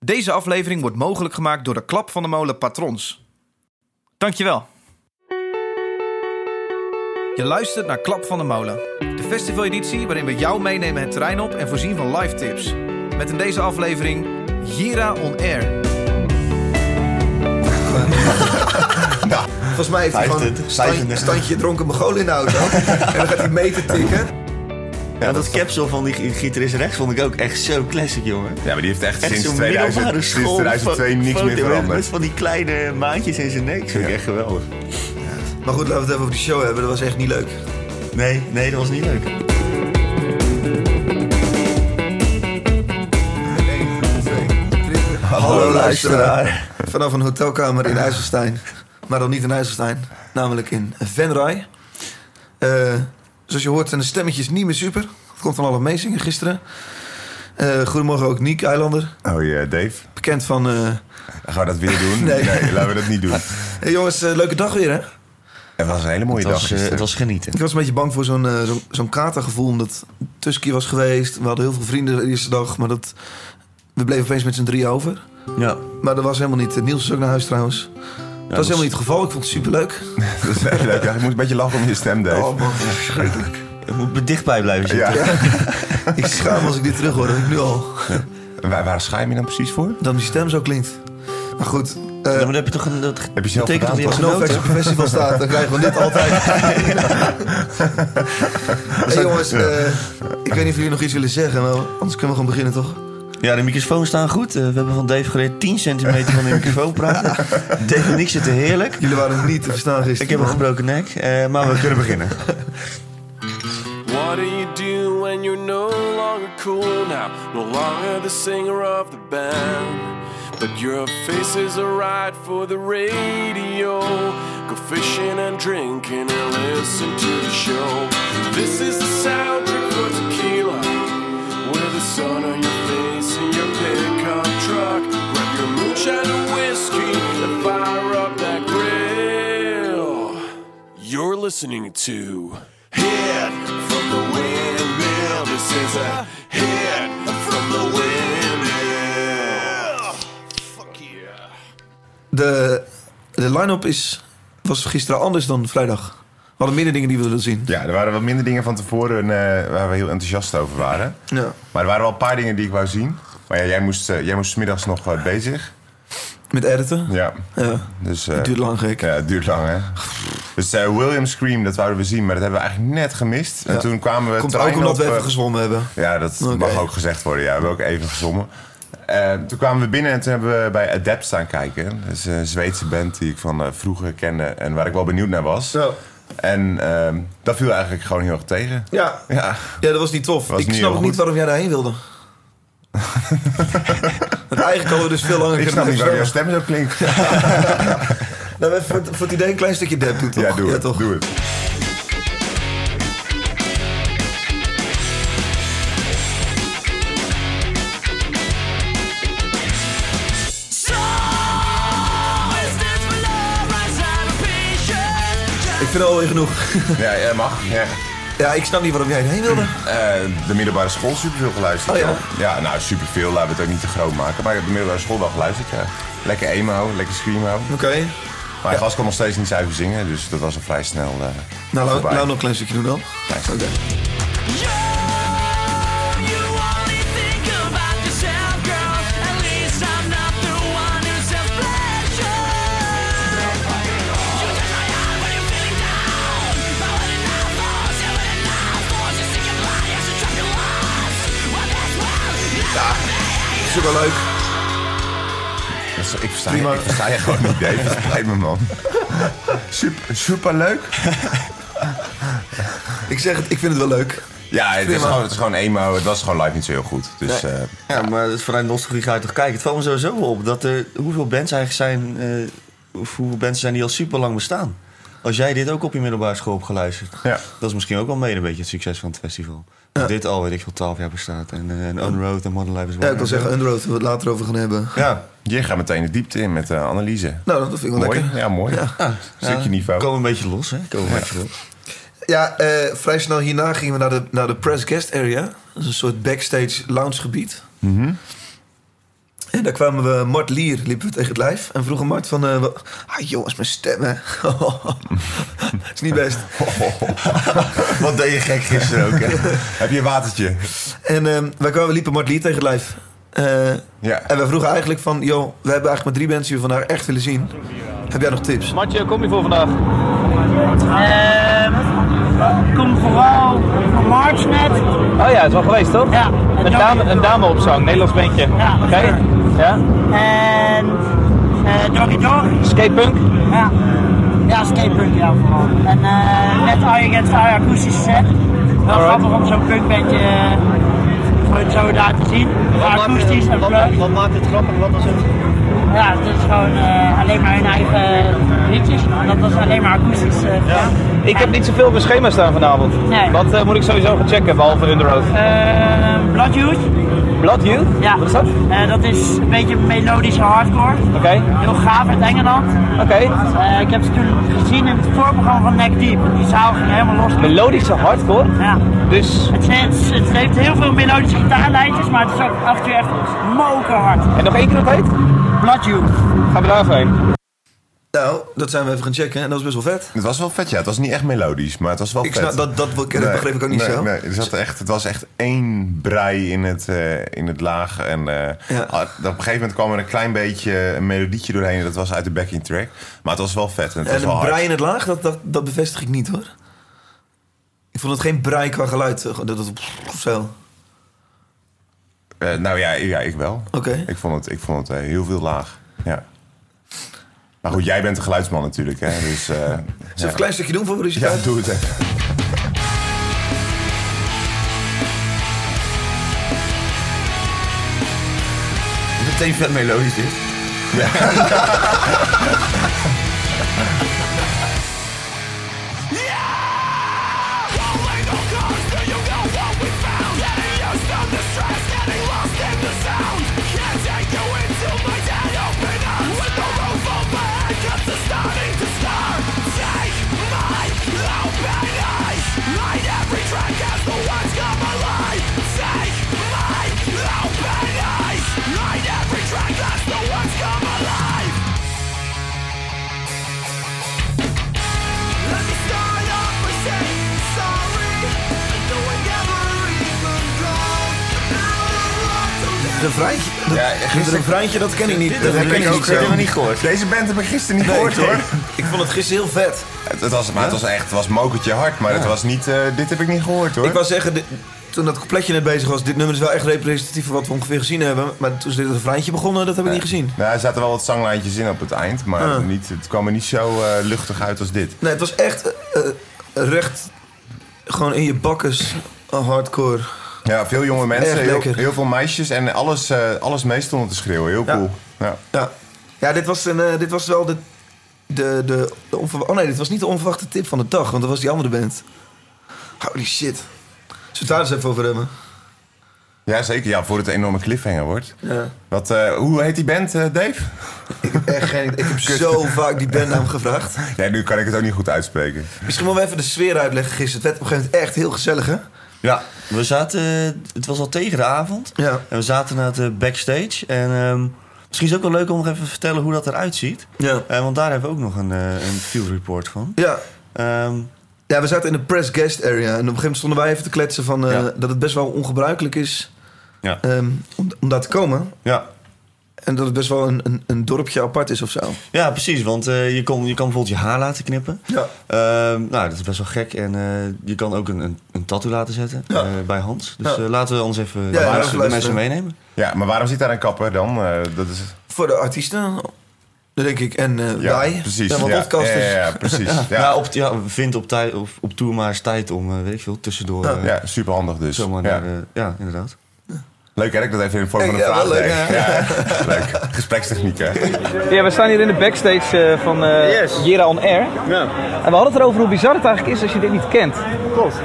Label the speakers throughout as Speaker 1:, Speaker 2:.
Speaker 1: Deze aflevering wordt mogelijk gemaakt door de Klap van de Molen Patrons. Dankjewel. Je luistert naar Klap van de Molen, de festivaleditie waarin we jou meenemen het terrein op en voorzien van live tips. Met in deze aflevering Jira on Air.
Speaker 2: Volgens mij heeft hij gewoon een
Speaker 3: 25,
Speaker 2: stand,
Speaker 3: 35.
Speaker 2: standje dronken mogool in de auto. en dan gaat hij meter tikken.
Speaker 3: Ja, dat capsule van die gi- gitarist rechts vond ik ook echt zo classic, jongen.
Speaker 4: Ja, maar die heeft echt,
Speaker 3: Echt
Speaker 4: sinds,
Speaker 3: zo'n
Speaker 4: 2000,
Speaker 3: middelbare
Speaker 4: sinds
Speaker 3: school
Speaker 4: 2002
Speaker 3: fo-
Speaker 4: niks
Speaker 3: foto
Speaker 4: meer
Speaker 3: met-
Speaker 4: veranderd.
Speaker 3: Met van die kleine maandjes in zijn nek. Vind ik echt geweldig.
Speaker 2: Maar goed, laten we het even over die show hebben. Dat was echt niet leuk.
Speaker 3: Nee, nee, dat was niet leuk.
Speaker 2: Hallo luisteraar. Vanaf een hotelkamer in IJsselstein. Maar dan niet in IJsselstein. Namelijk in Venray. Eh, zoals je hoort zijn de stemmetjes niet meer super. Het komt van alle meezingen gisteren. Eh, goedemorgen ook Niek Eilander.
Speaker 4: Oh ja, Dave.
Speaker 2: Bekend van... eh,
Speaker 4: Gaan we dat weer doen?
Speaker 2: Nee.
Speaker 4: Nee, laten we dat niet doen.
Speaker 2: Hey jongens, eh, leuke dag weer hè?
Speaker 4: Het was een hele mooie
Speaker 3: Het
Speaker 4: dag
Speaker 3: was, eh,
Speaker 4: gisteren.
Speaker 3: het was genieten.
Speaker 2: Ik was een beetje bang voor zo'n eh, zo'n zo'n katergevoel. Omdat Tusky was geweest. We hadden heel veel vrienden de eerste dag. Maar dat, we bleven opeens met z'n drie over.
Speaker 3: Ja.
Speaker 2: Maar dat was helemaal niet. eh, Niels is ook naar huis trouwens. dat was
Speaker 3: dat
Speaker 2: helemaal niet het geval. Ik vond het superleuk.
Speaker 4: Dat is echt leuk. Ja, ik moest een beetje lachen om je stem, Dave.
Speaker 2: Oh man, verschrikkelijk.
Speaker 3: Je moet dichtbij blijven zitten.
Speaker 4: ja.
Speaker 2: Ik schaam als ik dit terug hoor. dat ik nu al.
Speaker 4: Waar, waar schaam je dan precies voor?
Speaker 2: Dat mijn stem zo klinkt. Maar goed. eh,
Speaker 3: Ja, maar dat heb je toch een, dat
Speaker 4: je zelf
Speaker 3: betekent
Speaker 4: gedaan,
Speaker 3: toch
Speaker 2: als
Speaker 3: dat je hebt genoten?
Speaker 2: Novex op een festival staat, dan krijgen we dit altijd. hey jongens, eh, ik weet niet of jullie nog iets willen zeggen, maar anders kunnen we gewoon beginnen toch?
Speaker 3: Ja, de microfoons staan goed. Eh, we hebben van Dave geleerd 10 centimeter van de microfoon praten. Dave en ik zitten heerlijk.
Speaker 2: Jullie waren niet te verstaan gisteren.
Speaker 3: Ik heb een
Speaker 2: man.
Speaker 3: gebroken nek, eh, maar we kunnen beginnen.
Speaker 5: What do you do when you're no longer cool now? No longer the singer of the band. But your face is alright for the radio. Go fishing and drinking and listen to the show. This is the soundtrack for tequila. With the sun on your face and your pickup truck. Grab your moonshine and whiskey and fire up that grill. You're listening to Hit from the Windmill. This is a hit from the windmill. Fuck yeah.
Speaker 2: De, de line-up is, was gisteren anders dan vrijdag. We hadden minder dingen die we wilden zien.
Speaker 4: Ja, er waren wat minder dingen van tevoren eh, waar we heel enthousiast over waren.
Speaker 2: Ja.
Speaker 4: Maar er waren wel een paar dingen die ik wou zien. Maar ja, jij moest, eh, jij moest 's middags nog eh, bezig.
Speaker 2: Met editen.
Speaker 4: Ja.
Speaker 2: Ja.
Speaker 4: Dus, eh,
Speaker 2: Het duurt lang, gek.
Speaker 4: Ja, het duurt lang, hè. Dus eh, William Scream, dat wouden we zien, maar dat hebben we eigenlijk net gemist. En toen kwamen we...
Speaker 2: Komt
Speaker 4: het
Speaker 2: ook
Speaker 4: terrein
Speaker 2: omdat we
Speaker 4: op,
Speaker 2: even
Speaker 4: eh,
Speaker 2: gezwommen hebben.
Speaker 4: Ja, dat
Speaker 2: Oké.
Speaker 4: mag ook gezegd worden. Ja, we hebben ook even gezongen. Eh, toen kwamen we binnen en toen hebben we bij Adept staan kijken. Dat is een Zweedse band die ik van eh, vroeger kende en waar ik wel benieuwd naar was.
Speaker 2: Zo.
Speaker 4: En ehm, dat viel eigenlijk gewoon heel erg tegen.
Speaker 2: Ja.
Speaker 4: Ja,
Speaker 2: ja, dat was niet tof.
Speaker 4: Was
Speaker 2: ik
Speaker 4: niet
Speaker 2: snap
Speaker 4: heel
Speaker 2: ook niet
Speaker 4: goed.
Speaker 2: waarom jij daarheen wilde. Want eigenlijk hadden we dus veel langer
Speaker 4: ik snap niet waarom jouw
Speaker 2: hebben
Speaker 4: stem zo klinkt.
Speaker 2: gezwommen. Nou, even voor, het- voor het idee een klein stukje dep doet, toch?
Speaker 4: Ja, doe het.
Speaker 2: toch?
Speaker 4: Doe het.
Speaker 2: Ik vind het alweer genoeg.
Speaker 4: Ja, ja mag. Ja.
Speaker 2: Ja, ik snap niet waarom jij daarheen wilde.
Speaker 4: Eh, de middelbare school superveel geluisterd.
Speaker 2: Oh, ja?
Speaker 4: ja, nou superveel, laten we het ook niet te groot maken. Maar ik heb de middelbare school wel geluisterd, ja. Lekker emo, lekker screamo.
Speaker 2: Oké.
Speaker 4: Maar hij gast kon nog steeds niet zuiver zingen, dus dat was al vrij snel eh
Speaker 2: Nou, laten
Speaker 4: voorbij.
Speaker 2: we nog een klein stukje doen dan.
Speaker 4: Klein
Speaker 2: Oké.
Speaker 4: stukje.
Speaker 2: Is ook wel leuk.
Speaker 4: Dat is- Ik versta,
Speaker 2: Prima.
Speaker 4: je, ik versta je gewoon niet, Dave. Het spijt me, man. Super, leuk.
Speaker 2: Ik zeg het, ik vind het wel leuk.
Speaker 4: Ja, het is,
Speaker 2: Prima.
Speaker 4: gewoon, het is gewoon emo. Het was gewoon live niet zo heel goed. Dus eh,
Speaker 3: Ja, maar het- vanuit nostalgie ga je toch kijken. Het valt me sowieso wel op dat er hoeveel bands eigenlijk zijn... eh, of hoeveel bands zijn die al super lang bestaan. Als jij dit ook op je middelbare school hebt geluisterd...
Speaker 4: Ja.
Speaker 3: dat is misschien ook wel mede een beetje het succes van het festival. Dat dit al, weet ik veel, 12 jaar bestaat. En, eh, en Unroad en Modern Life is
Speaker 2: Ja, ik wil zeggen, Underworld, we het later over gaan hebben.
Speaker 3: Ja,
Speaker 4: je gaat meteen de diepte in met eh, analyse.
Speaker 2: Nou, dat vind ik wel
Speaker 4: mooi.
Speaker 2: lekker.
Speaker 4: Ja, mooi. Stukje
Speaker 3: Ah, Ja,
Speaker 4: niveau.
Speaker 3: Komen een beetje los, hè? Komen een beetje los.
Speaker 2: Ja, eh, vrij snel hierna gingen we naar de, naar de press guest area. Dat is een soort backstage loungegebied. En daar kwamen we Mart Lier, liepen we tegen het lijf. En vroegen Mart van... eh, wa- ah jongens, mijn stem hè. is niet best.
Speaker 3: Wat deed je gek gisteren ook, hè?
Speaker 4: Heb je een watertje?
Speaker 2: En ehm, wij kwamen, liepen Mart Lier tegen het lijf. Eh,
Speaker 4: Ja.
Speaker 2: en wij vroegen eigenlijk van... joh, we hebben eigenlijk maar drie mensen die we vandaag echt willen zien. Heb jij nog tips?
Speaker 6: Matje, kom je voor vandaag?
Speaker 7: Ehm, kom vooral van Marchnet.
Speaker 6: Oh ja, het is wel geweest toch?
Speaker 7: Ja,
Speaker 6: Een dame, een dame op zang, Nederlands bandje.
Speaker 7: Ja,
Speaker 6: Oké?
Speaker 7: zeker.
Speaker 6: Ja?
Speaker 7: En eh Doggy Dog.
Speaker 6: Skatepunk?
Speaker 7: Ja. Ja, skatepunk ja vooral. En eh net Eye Against Eye akoestische set. Wel grappig om zo'n punkbandje eh, voor het zo daar te zien. Akoestisch en plug.
Speaker 6: maakt het grappig? Wat was het?
Speaker 7: Ja, het is gewoon eh, alleen maar hun eigen liedjes. En dat was alleen maar akoestisch. eh, gedaan.
Speaker 6: Ik heb
Speaker 7: En,
Speaker 6: niet zoveel op mijn schema staan vanavond.
Speaker 7: Nee.
Speaker 6: Wat eh, moet ik sowieso gaan checken, behalve Underoath?
Speaker 7: eh, Blood Youth.
Speaker 6: Blood Youth?
Speaker 7: Ja.
Speaker 6: Wat is dat? Oké.
Speaker 7: Eh, dat is een beetje melodische hardcore. Heel gaaf uit Engeland.
Speaker 6: Oké.
Speaker 7: Eh, ik heb ze toen gezien in het voorprogramma van Neck Deep. Die zaal ging helemaal los.
Speaker 6: Melodische hardcore?
Speaker 7: Ja.
Speaker 6: Dus,
Speaker 7: Het, het, het heeft heel veel melodische gitaarlijntjes, maar het is ook af en toe echt mokerhard.
Speaker 6: en nog één keer dat heet?
Speaker 7: Blood Youth.
Speaker 6: Gaan we daar even heen.
Speaker 2: Nou, dat zijn we even gaan checken. En dat was best wel vet.
Speaker 4: Het was wel vet, ja. Het was niet echt melodisch, maar het was wel
Speaker 2: Ik
Speaker 4: vet.
Speaker 2: snap, dat, dat ken- dat begreep ik ook niet
Speaker 4: nee,
Speaker 2: zo.
Speaker 4: Nee, er zat echt, het was echt één brei in het, eh, in het laag. En eh,
Speaker 2: Ja.
Speaker 4: ah, op een gegeven moment kwam er een klein beetje een melodietje doorheen. En dat was uit de backing track. Maar het was wel vet en het was
Speaker 2: En
Speaker 4: wel
Speaker 2: een
Speaker 4: hard.
Speaker 2: braai in het laag, dat, dat, dat bevestig ik niet hoor. Ik vond het geen braai qua geluid. eh, Dat, dat, of zo.
Speaker 4: Eh, nou ja, ja, ik wel.
Speaker 2: Oké.
Speaker 4: Ik vond het, ik vond het eh, heel veel laag. Ja. Maar goed, jij bent de geluidsman natuurlijk, hè. Dus, eh,
Speaker 2: Zullen we
Speaker 4: ja.
Speaker 2: een klein stukje doen voor de
Speaker 4: ja, doe het even.
Speaker 3: Meteen vet melodisch dit.
Speaker 2: refreintje.
Speaker 4: Ja,
Speaker 2: Het
Speaker 4: gisteren,
Speaker 2: refreintje, dat ken ik niet. Dat
Speaker 4: heb
Speaker 2: herken
Speaker 4: ik
Speaker 2: ik
Speaker 4: ook
Speaker 2: niet
Speaker 4: gezien.
Speaker 2: zo.
Speaker 3: Helemaal niet gehoord.
Speaker 4: deze band heb ik gisteren niet gehoord, hoor.
Speaker 2: Ik vond het gisteren heel vet.
Speaker 4: Het, het was, maar het was echt, het was mokertje hard, maar het was niet, eh, dit heb ik niet gehoord, hoor.
Speaker 2: Ik wou zeggen, dit- toen dat coupletje net bezig was, dit nummer is wel echt representatief voor wat we ongeveer gezien hebben. Maar toen ze dit refreintje begonnen, dat heb ik niet gezien.
Speaker 4: Nou, er zaten wel wat zanglijntjes in op het eind, maar niet, het kwam er niet zo eh, luchtig uit als dit.
Speaker 2: Nee, het was echt eh, eh, recht gewoon in je bakkes eh, hardcore.
Speaker 4: Ja, veel jonge mensen,
Speaker 2: Echt
Speaker 4: heel,
Speaker 2: lekker.
Speaker 4: heel veel meisjes en alles, eh, alles mee stonden te schreeuwen. Heel
Speaker 2: Ja.
Speaker 4: cool. Ja.
Speaker 2: Ja, ja dit, was een, eh, dit was wel de, de, de, de onverwa- Oh nee, dit was niet de onverwachte tip van de dag, want dat was die andere band. Holy shit. Zullen we het daar eens even over hebben?
Speaker 4: ja, zeker. Ja, voor het een enorme cliffhanger wordt.
Speaker 2: Ja.
Speaker 4: Wat, eh, hoe heet die band, eh, Dave?
Speaker 2: Ik heb echt geen... Ik heb zo vaak die bandnaam gevraagd.
Speaker 4: Ja, nu kan ik het ook niet goed uitspreken.
Speaker 2: Misschien moeten we even de sfeer uitleggen gisteren. Het werd op een gegeven moment echt heel gezellig, hè?
Speaker 4: Ja,
Speaker 3: We zaten, eh, het was al tegen de avond.
Speaker 2: Ja.
Speaker 3: En we zaten naar de backstage. En ehm, misschien is het ook wel leuk om nog even te vertellen hoe dat eruit ziet.
Speaker 2: Ja.
Speaker 3: Eh, want daar hebben we ook nog een, eh, een field report van.
Speaker 2: Ja.
Speaker 3: Ehm,
Speaker 2: Ja, we zaten in de press guest area. En op een gegeven moment stonden wij even te kletsen van... eh,
Speaker 3: Ja.
Speaker 2: dat het best wel ongebruikelijk is
Speaker 3: ja.
Speaker 2: ehm, om, om daar te komen.
Speaker 3: ja.
Speaker 2: En dat het best wel een, een, een dorpje apart is of zo.
Speaker 3: Ja, precies. Want eh, je, kon, je kan bijvoorbeeld je haar laten knippen.
Speaker 2: Ja.
Speaker 3: Ehm, nou, dat is best wel gek. En eh, je kan ook een, een, een tattoo laten zetten
Speaker 2: Ja.
Speaker 3: eh, bij Hans. Dus
Speaker 2: Ja.
Speaker 3: eh, laten we ons even de,
Speaker 2: ja,
Speaker 3: mensen-
Speaker 2: even
Speaker 3: de
Speaker 2: luisteren.
Speaker 3: mensen meenemen.
Speaker 4: ja maar waarom zit daar een kapper dan? Eh, dat is,
Speaker 2: Voor de artiesten, denk ik. En eh,
Speaker 4: ja,
Speaker 2: wij.
Speaker 4: precies.
Speaker 2: Ja, want
Speaker 4: ja,
Speaker 2: podcasters.
Speaker 4: ja, ja, ja, precies. Ja,
Speaker 3: Ja,
Speaker 4: ja,
Speaker 3: Nou, op, ja vind op, tijd, op, op tour maar eens tijd om, eh, weet ik veel, tussendoor eh,
Speaker 4: superhandig dus.
Speaker 3: zomaar
Speaker 4: ja.
Speaker 3: naar... eh, ja, inderdaad.
Speaker 4: Leuk hè, dat ik dat even in de vorm van een
Speaker 2: Ja,
Speaker 4: vraag
Speaker 2: wel leuk,
Speaker 4: deed. Ja, leuk. Gesprekstechniek hè.
Speaker 6: Ja, we staan hier in de backstage eh, van eh
Speaker 8: Yes.
Speaker 6: Jera On Air.
Speaker 8: Ja,
Speaker 6: En we hadden het erover hoe bizar het eigenlijk is als je dit niet kent.
Speaker 8: klopt.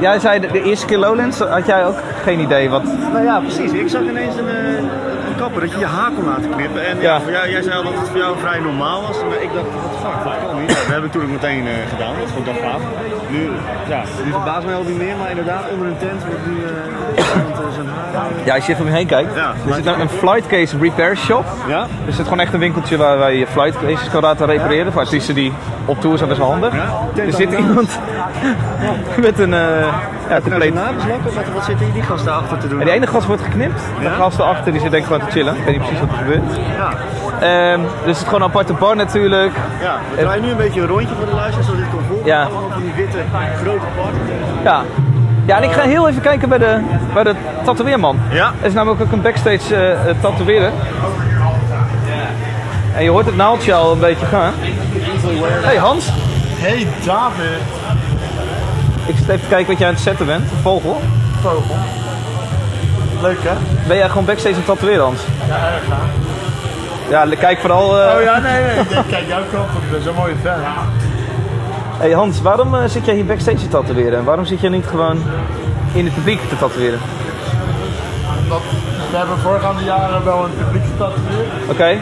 Speaker 6: Jij zei de, de eerste keer Lowlands, had jij ook geen idee wat...
Speaker 8: Nou ja, precies. Ik zag ineens een, eh, een kapper dat je je haar kon laten knippen. En
Speaker 6: Ja.
Speaker 8: ja. voor jou, jij zei al dat het voor jou vrij normaal was. Maar ik dacht, wat fuck, dat kan niet. Nou, dat heb ik toen ook meteen eh, gedaan. Dat vond ik dan gaaf. Nu, ja, nu verbaast mij al niet meer. Maar inderdaad, onder een tent wordt nu eh, iemand, eh, zijn haar... eh,
Speaker 6: Ja, als je even om je heen kijkt.
Speaker 8: Ja.
Speaker 6: er zit nou een, een flight case repair shop.
Speaker 8: ja?
Speaker 6: Er zit gewoon echt een winkeltje waar wij je flight cases kan laten repareren. Voor artiesten die op tour zijn, best wel handig.
Speaker 8: Ja.
Speaker 6: Er zit iemand met een eh ja, compleet...
Speaker 8: Nou, is lekker. Wat, wat zit hier die gast daarachter te doen?
Speaker 6: En die ene gast wordt geknipt. De
Speaker 8: Ja?
Speaker 6: gast daarachter die zit denk ik gewoon te chillen. Ik weet niet precies wat er gebeurt.
Speaker 8: Ja,
Speaker 6: Ehm, dus het is gewoon een aparte bar natuurlijk.
Speaker 8: ja. We draaien nu een beetje een rondje voor de luisteraar, zodat je het kan volgen.
Speaker 6: Ja.
Speaker 8: Allemaal van die witte, grote parken.
Speaker 6: Ja. Ja, en ik ga heel even kijken bij de, bij de tatoeëerman.
Speaker 8: Ja.
Speaker 6: Er is namelijk ook een backstage eh eh, tatoeëerder. En je hoort het naaldje al een beetje gaan. hey Hans,
Speaker 8: Oh Hey David!
Speaker 6: ik zit even te kijken wat jij aan het zetten bent. Een vogel.
Speaker 8: Vogel. Leuk hè?
Speaker 6: Ben jij gewoon backstage een tatoeëerder Hans? Ja, le- kijk vooral... eh,
Speaker 8: Oh ja, nee, nee. Ik denk, Kijk, jouw kant op, dat is een mooie fan.
Speaker 6: Hey Hans, waarom eh, zit jij hier backstage te tatoeëren? En waarom zit jij niet gewoon in het publiek te tatoeëren?
Speaker 8: Omdat we hebben voorgaande jaren wel een publiek getatoeëerd,
Speaker 6: Oké,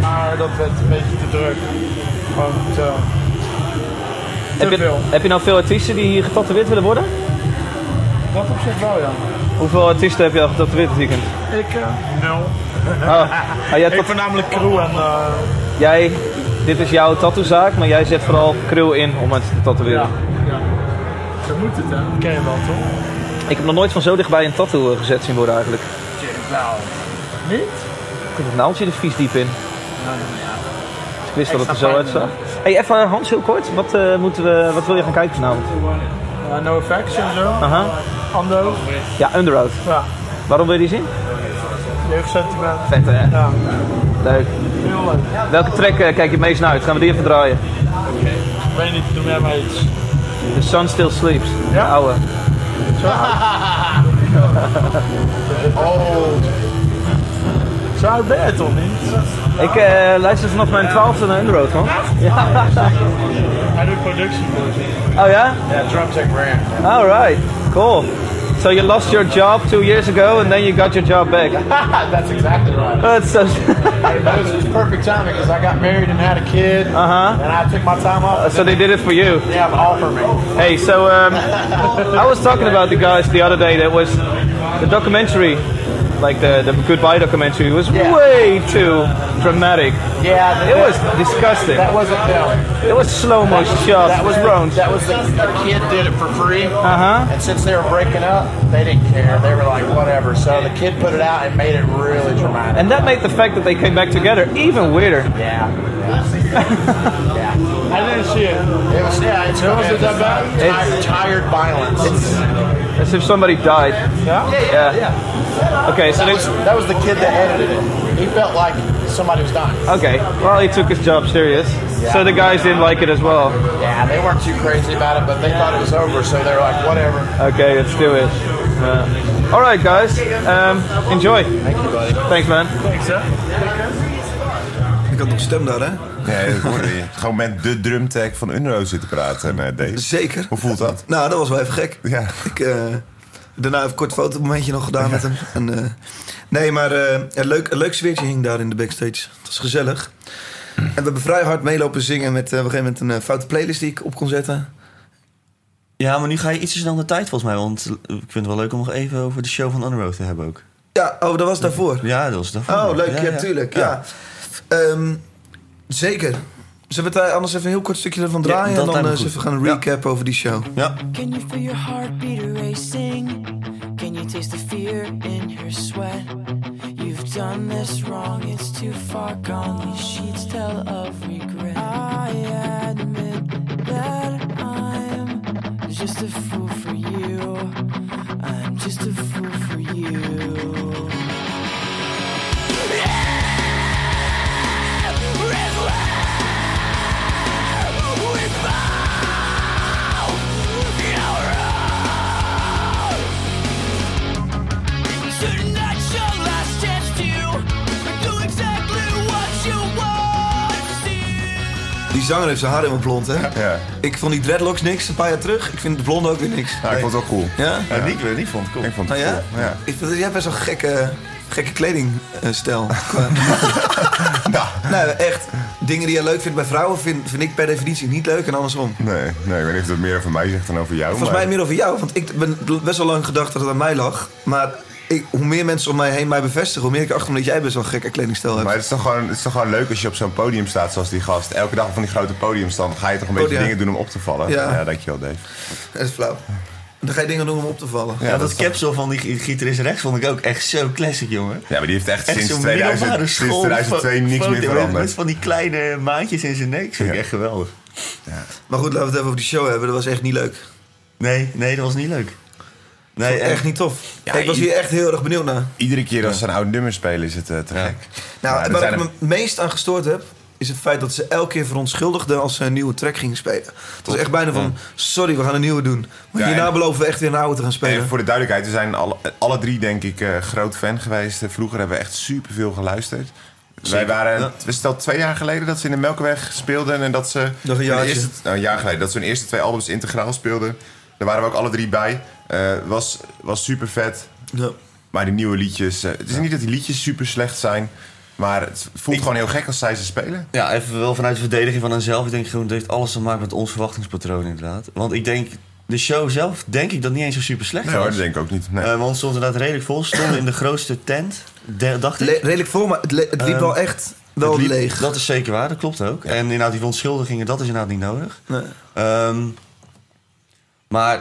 Speaker 8: maar dat werd een beetje te druk. eh, Gewoon zo.
Speaker 6: heb, je,
Speaker 8: veel.
Speaker 6: heb je nou veel artiesten die hier getatoeëerd willen worden?
Speaker 8: Dat op zich wel, ja.
Speaker 6: Hoeveel artiesten heb je al getatoeëerd dit weekend?
Speaker 8: Ik? eh, Nul.
Speaker 6: Ah, jij,
Speaker 8: Ik
Speaker 6: tat-
Speaker 8: voornamelijk crew en... eh,
Speaker 6: jij, dit is jouw tattoozaak, maar jij zet vooral krul in om mensen te tatoeëren.
Speaker 8: ja. Zo moet het hè. Ken je wel toch?
Speaker 6: Ik heb nog nooit van zo dichtbij een tattoo eh, gezet zien worden eigenlijk.
Speaker 8: Nou. Niet?
Speaker 6: Ik heb het naaldje er vies diep in. Dus ik wist dat het er
Speaker 8: Extra
Speaker 6: zo
Speaker 8: fijn,
Speaker 6: uitzag. Hey, even eh, Hans heel kort. Wat, eh, moeten we, wat wil je gaan kijken vanavond?
Speaker 8: Ja, no
Speaker 6: Uh-huh.
Speaker 8: effects en zo.
Speaker 6: Aha.
Speaker 8: Ando.
Speaker 6: Ja, Underout.
Speaker 8: Ja.
Speaker 6: Waarom wil je die zien?
Speaker 8: Jeugdsentiment.
Speaker 6: Vet hè?
Speaker 8: Ja.
Speaker 6: Leuk.
Speaker 8: Heel leuk.
Speaker 6: Welke track eh, kijk je het meest naar uit? Gaan we die even draaien?
Speaker 8: Ik weet niet, doe jij maar iets.
Speaker 6: The Sun Still Sleeps.
Speaker 8: Ja?
Speaker 6: De oude.
Speaker 8: Oh. Zo oud ben je toch niet?
Speaker 6: Ik eh, luister vanaf mijn twaalfde naar Underoad, man.
Speaker 8: Hij doet productie voor
Speaker 6: Oh ja?
Speaker 8: Ja, Drums and Rare.
Speaker 6: Alright, cool. So you lost your job two years ago and then you got your job back. Uh,
Speaker 8: That's exactly right.
Speaker 6: Oh, That's so...
Speaker 8: It was just perfect timing because I got married and had a kid.
Speaker 6: Uh-huh. Uh,
Speaker 8: And I took my time off.
Speaker 6: So they did it for you.
Speaker 8: They have offer me.
Speaker 6: Hey, so um, I was talking about the guys the other day that was the documentary, like the, the goodbye documentary, was
Speaker 8: Yeah.
Speaker 6: way too dramatic.
Speaker 8: Yeah,
Speaker 6: It was disgusting.
Speaker 8: That wasn't them.
Speaker 6: It was slow mo shots.
Speaker 8: That was
Speaker 6: drones.
Speaker 8: That was the, the kid did it for free.
Speaker 6: Uh-huh.
Speaker 8: And since they were breaking up, they didn't care. They were like, whatever. So the kid put it out and made it really dramatic.
Speaker 6: And that made the fact that they came back together even weirder.
Speaker 8: Yeah. yeah. I didn't see it. It was yeah. It's, was it that bad? Tired,
Speaker 6: It's-
Speaker 8: tired violence.
Speaker 6: As if somebody died.
Speaker 8: yeah.
Speaker 6: Yeah. Okay, so
Speaker 8: That was,
Speaker 6: they,
Speaker 8: that was the kid that edited it. He felt like somebody was dying.
Speaker 6: okay. Well, he took his job serious. So the guys didn't like it as well.
Speaker 8: Yeah, they weren't too crazy about it, but they thought it was over, so they were like, whatever.
Speaker 6: Okay, let's do it. Yeah. all right, guys. Um, enjoy. Thank you, buddy. Thanks, man.
Speaker 2: Ik had nog stem daar, hè?
Speaker 4: Nee, dat hoorde je. Gewoon met de drumtag van Unro zitten praten, eh, Dave.
Speaker 2: Zeker.
Speaker 4: Hoe voelt dat?
Speaker 2: Nou, dat was wel even gek.
Speaker 4: Ja.
Speaker 2: Ik, eh, daarna heb ik een kort fotomomentje nog gedaan met hem. En, eh, nee, maar eh, een, leuk, een leuk sfeertje hing daar in de backstage. Het was gezellig. En we hebben vrij hard meelopen zingen met eh, op een gegeven moment een eh, foute playlist die ik op kon zetten.
Speaker 3: Ja, maar nu ga je iets te snel naar tijd volgens mij. Want ik vind het wel leuk om nog even over de show van Underworld te hebben ook.
Speaker 2: Ja, oh, dat was daarvoor.
Speaker 3: Ja, dat was daarvoor.
Speaker 2: Oh, leuk, ja,
Speaker 3: natuurlijk.
Speaker 2: tuurlijk. Ja. Ehm, zeker. Zullen we het daar anders even een heel kort stukje ervan
Speaker 3: Ja,
Speaker 2: draaien?
Speaker 3: dat
Speaker 2: en
Speaker 3: lijkt
Speaker 2: dan
Speaker 3: me
Speaker 2: eh, eens
Speaker 3: goed.
Speaker 2: even gaan recap over die show.
Speaker 3: Ja.
Speaker 9: Can you feel your heartbeat erasing? Can you taste the fear in her sweat? You've done this wrong, it's too far gone. These sheets tell of regret. I admit that I'm just a fool for you. I'm just a fool for you.
Speaker 10: Tonight's your last chance to do exactly what you want to.
Speaker 2: Die zanger heeft zijn haar helemaal blond, hè?
Speaker 4: Ja.
Speaker 2: Ik vond die dreadlocks niks een paar jaar terug. Ik vind het blonde ook weer niks.
Speaker 4: Ja, ik vond het wel cool.
Speaker 2: Ja?
Speaker 4: Ja, die, die vond ik cool. Ik vond
Speaker 2: Oh
Speaker 4: het
Speaker 2: ja?
Speaker 4: cool. Ja.
Speaker 2: Ik vind dat jij best wel gekke, gekke kledingstijl. nou, echt. Dingen die je leuk vindt bij vrouwen vind, vind ik per definitie niet leuk en andersom.
Speaker 4: Nee, nee, ik weet niet of dat meer over mij zegt dan over jou.
Speaker 2: Volgens
Speaker 4: maar-
Speaker 2: mij meer over jou, want ik ben best wel lang gedacht dat het aan mij lag. Maar ik, hoe meer mensen om mij heen mij bevestigen, hoe meer ik achterkom dat jij best wel een gekke kledingstijl hebt.
Speaker 4: Maar het is, toch gewoon, het is toch gewoon leuk als je op zo'n podium staat zoals die gast. Elke dag op van die grote podium staat, dan ga je toch een beetje
Speaker 2: Podium.
Speaker 4: dingen doen om op te vallen.
Speaker 2: Ja.
Speaker 4: Ja, dankjewel Dave.
Speaker 2: Dat is flauw. Dan ga je dingen doen om op te vallen.
Speaker 3: Ja, dat capsule van die gi- gitarist rechts vond ik ook echt zo classic, jongen.
Speaker 4: Ja, maar die heeft echt, sinds,
Speaker 3: zo'n
Speaker 4: 2000,
Speaker 3: middelbare
Speaker 4: sinds
Speaker 3: school
Speaker 4: 2002
Speaker 3: fo-
Speaker 4: niks
Speaker 3: foto
Speaker 4: meer
Speaker 3: met-
Speaker 4: veranderd.
Speaker 3: Met van die kleine maandjes in zijn nek. Vind ik
Speaker 4: Ja.
Speaker 3: echt geweldig.
Speaker 2: Maar goed, laten we het even over die show hebben. Dat was echt niet leuk.
Speaker 3: Nee, nee, dat was niet leuk.
Speaker 2: Nee,
Speaker 3: Nee,
Speaker 2: echt niet tof. ik was hier echt heel erg benieuwd naar.
Speaker 4: Iedere keer als ze een oud nummer spelen is het eh, te gek.
Speaker 2: Nou,
Speaker 4: Maar er
Speaker 2: waar
Speaker 4: zijn
Speaker 2: ik me
Speaker 4: er-
Speaker 2: het meest aan gestoord heb, is het feit dat ze elke keer verontschuldigden als ze een nieuwe track gingen spelen. Het was echt bijna van, sorry, we gaan een nieuwe doen. Maar
Speaker 4: Ja,
Speaker 2: hierna
Speaker 4: en-
Speaker 2: beloven we echt weer een oude te gaan spelen.
Speaker 4: Even voor de duidelijkheid, we zijn alle, alle drie denk ik eh, groot fan geweest. Eh, Vroeger hebben we echt superveel geluisterd. Wij waren, we stel twee jaar geleden dat ze in de Melkweg speelden en dat ze
Speaker 2: Nog een
Speaker 4: hun
Speaker 2: jaartje.
Speaker 4: eerste, nou, een jaar geleden dat ze hun eerste twee albums integraal speelden. Daar waren we ook alle drie bij. Eh, was, was super vet.
Speaker 2: Ja.
Speaker 4: Maar die nieuwe liedjes, eh, het is niet dat die liedjes super slecht zijn, maar het voelt gewoon heel gek als zij ze spelen.
Speaker 3: Ja, even wel vanuit de verdediging van henzelf. Ik denk gewoon, het heeft alles te maken met ons verwachtingspatroon inderdaad. Want ik denk, de show zelf, denk ik dat niet eens zo super slecht
Speaker 4: Nee
Speaker 3: was.
Speaker 4: hoor, dat denk ik ook niet. Nee.
Speaker 3: Eh, want het stond inderdaad redelijk vol. Ze stonden in de grootste tent, de, dacht ik.
Speaker 2: Le- redelijk vol, maar het, le- het liep
Speaker 3: Ehm,
Speaker 2: wel echt wel
Speaker 3: Het liep-
Speaker 2: leeg.
Speaker 3: Dat is zeker waar, dat klopt ook. En inderdaad, die verontschuldigingen, dat is inderdaad niet nodig.
Speaker 2: Nee.
Speaker 3: Ehm, maar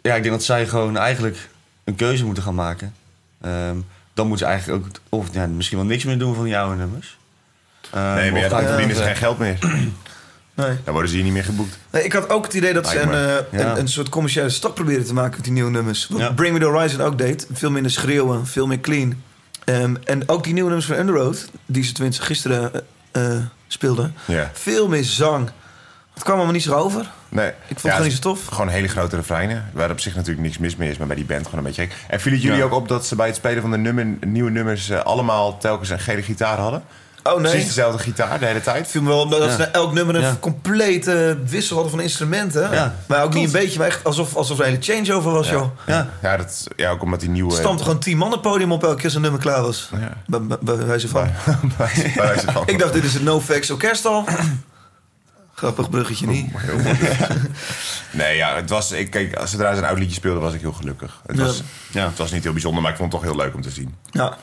Speaker 3: ja, ik denk dat zij gewoon eigenlijk een keuze moeten gaan maken. Ehm, dan moeten ze eigenlijk ook, of ja, misschien wel niks meer doen van jouw nummers. Ehm,
Speaker 4: nee, maar
Speaker 3: of
Speaker 4: ja,
Speaker 3: gaan
Speaker 4: dan verdienen ze
Speaker 3: weg.
Speaker 4: geen geld meer.
Speaker 2: Nee.
Speaker 4: Dan worden ze hier niet meer geboekt.
Speaker 2: Nee, ik had ook het idee dat ze
Speaker 4: Lijkt
Speaker 2: een,
Speaker 4: me.
Speaker 2: eh,
Speaker 3: Ja.
Speaker 2: een, een soort commerciële stap proberen te maken met die nieuwe nummers. Wat
Speaker 3: Ja.
Speaker 2: Bring Me The Horizon ook deed. Veel minder schreeuwen, veel meer clean. Ehm, en ook die nieuwe nummers van Underworld, die ze tenminste gisteren eh, eh, speelden.
Speaker 4: Ja.
Speaker 2: Veel meer zang. Het kwam allemaal niet zo over.
Speaker 4: Nee.
Speaker 2: het gewoon niet zo tof.
Speaker 4: Gewoon hele grote refreinen, waar op zich natuurlijk niks mis mee is, maar bij die band gewoon een beetje gek. En vielen jullie ook op dat ze bij het spelen van de nummer, nieuwe nummers eh, allemaal telkens een gele gitaar hadden?
Speaker 2: Oh nee,
Speaker 4: Precies
Speaker 2: het
Speaker 4: dezelfde gitaar de hele tijd.
Speaker 2: viel me wel op dat
Speaker 3: Ja.
Speaker 2: ze na elk nummer een
Speaker 3: Ja.
Speaker 2: complete eh, wissel hadden van instrumenten.
Speaker 3: Ja.
Speaker 2: Maar ook niet een beetje, maar echt alsof, alsof er een hele changeover was, joh.
Speaker 3: Ja.
Speaker 4: Ja, dat, ja ook omdat die nieuwe...
Speaker 2: Er stampte gewoon tien mannen podium op elke keer als een nummer klaar was.
Speaker 4: Ja.
Speaker 2: Bij- Bij bij wijze van.
Speaker 4: Bij- bij wijze van.
Speaker 2: Ik dacht, dit is het NoFX Orkestal. Grappig bruggetje niet.
Speaker 3: Oh,
Speaker 4: Nee, ja, het was... Ik, kijk, zodra ze een oud liedje speelden, was ik heel gelukkig. Het,
Speaker 2: Ja.
Speaker 4: was, ja, het was niet heel bijzonder, maar ik vond het toch heel leuk om te zien.
Speaker 2: Ja, Nou,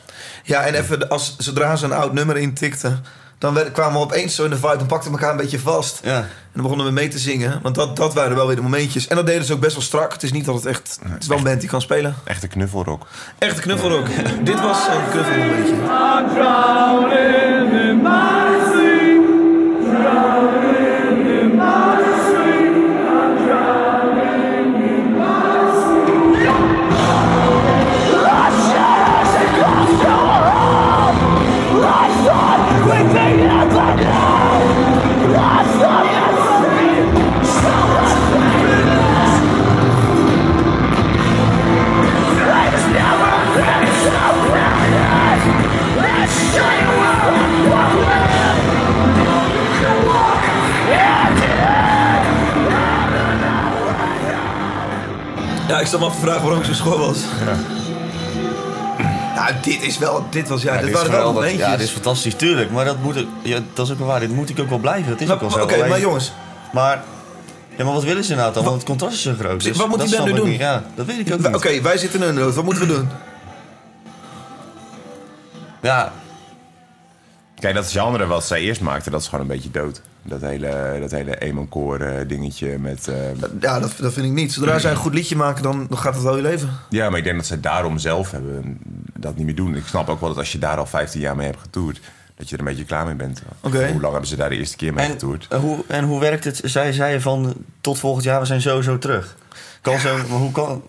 Speaker 2: ja en even, de- als, zodra ze een oud nummer intikten... dan werd, kwamen we opeens zo in de vibe en pakten elkaar een beetje vast.
Speaker 3: Ja.
Speaker 2: En dan begonnen we mee te zingen. Want dat, dat waren wel weer de momentjes. En dat deden ze ook best wel strak. Het is niet dat het echt... Het is wel een band die kan spelen.
Speaker 4: Echt een knuffelrock.
Speaker 2: Echte knuffelrock. Dit was eh, een knuffelrockje. Ja, ik stel me af te vragen waarom ik zo schor was. Nou, dit is wel... Dit was, ja, dit,
Speaker 3: dit is
Speaker 2: waren wel
Speaker 3: geweldig.
Speaker 2: momentjes.
Speaker 3: Ja, dit is fantastisch, tuurlijk. Maar dat moet, ik- ja, dat is ook wel waar. Dit moet ik ook wel blijven. Dat is
Speaker 2: Maar-
Speaker 3: ook wel
Speaker 2: maar
Speaker 3: zo.
Speaker 2: Nou, Oké,
Speaker 3: Alleen-
Speaker 2: maar jongens.
Speaker 3: Maar, ja, maar wat willen ze nou dan? Want het contrast is zo groot.
Speaker 2: Precies,
Speaker 3: Dus
Speaker 2: wat moet
Speaker 3: dat
Speaker 2: die band
Speaker 3: snap
Speaker 2: nu
Speaker 3: ik
Speaker 2: doen?
Speaker 3: niet. Ja, dat weet ik ook
Speaker 2: Oké,
Speaker 3: niet.
Speaker 2: wij zitten in een rood. Wat moeten we doen?
Speaker 3: Ja,
Speaker 4: Kijk, dat genre wat zij eerst maakten, dat is gewoon een beetje dood. Dat hele, dat hele emo-core eh, dingetje met... eh,
Speaker 2: Ja, dat, dat vind ik niet. Zodra zij een goed liedje maken, dan, dan gaat het wel je leven.
Speaker 4: Ja, maar ik denk dat zij daarom zelf hebben mm, dat niet meer doen. Ik snap ook wel dat als je daar al 15 jaar mee hebt getoerd, dat je er een beetje klaar mee bent.
Speaker 2: Oké.
Speaker 4: Hoe lang hebben ze daar de eerste keer mee
Speaker 3: en,
Speaker 4: getoerd?
Speaker 3: eh, hoe, en hoe werkt het? Zij zeiden van, tot volgend jaar, we zijn sowieso terug. Kan zo, maar hoe kan...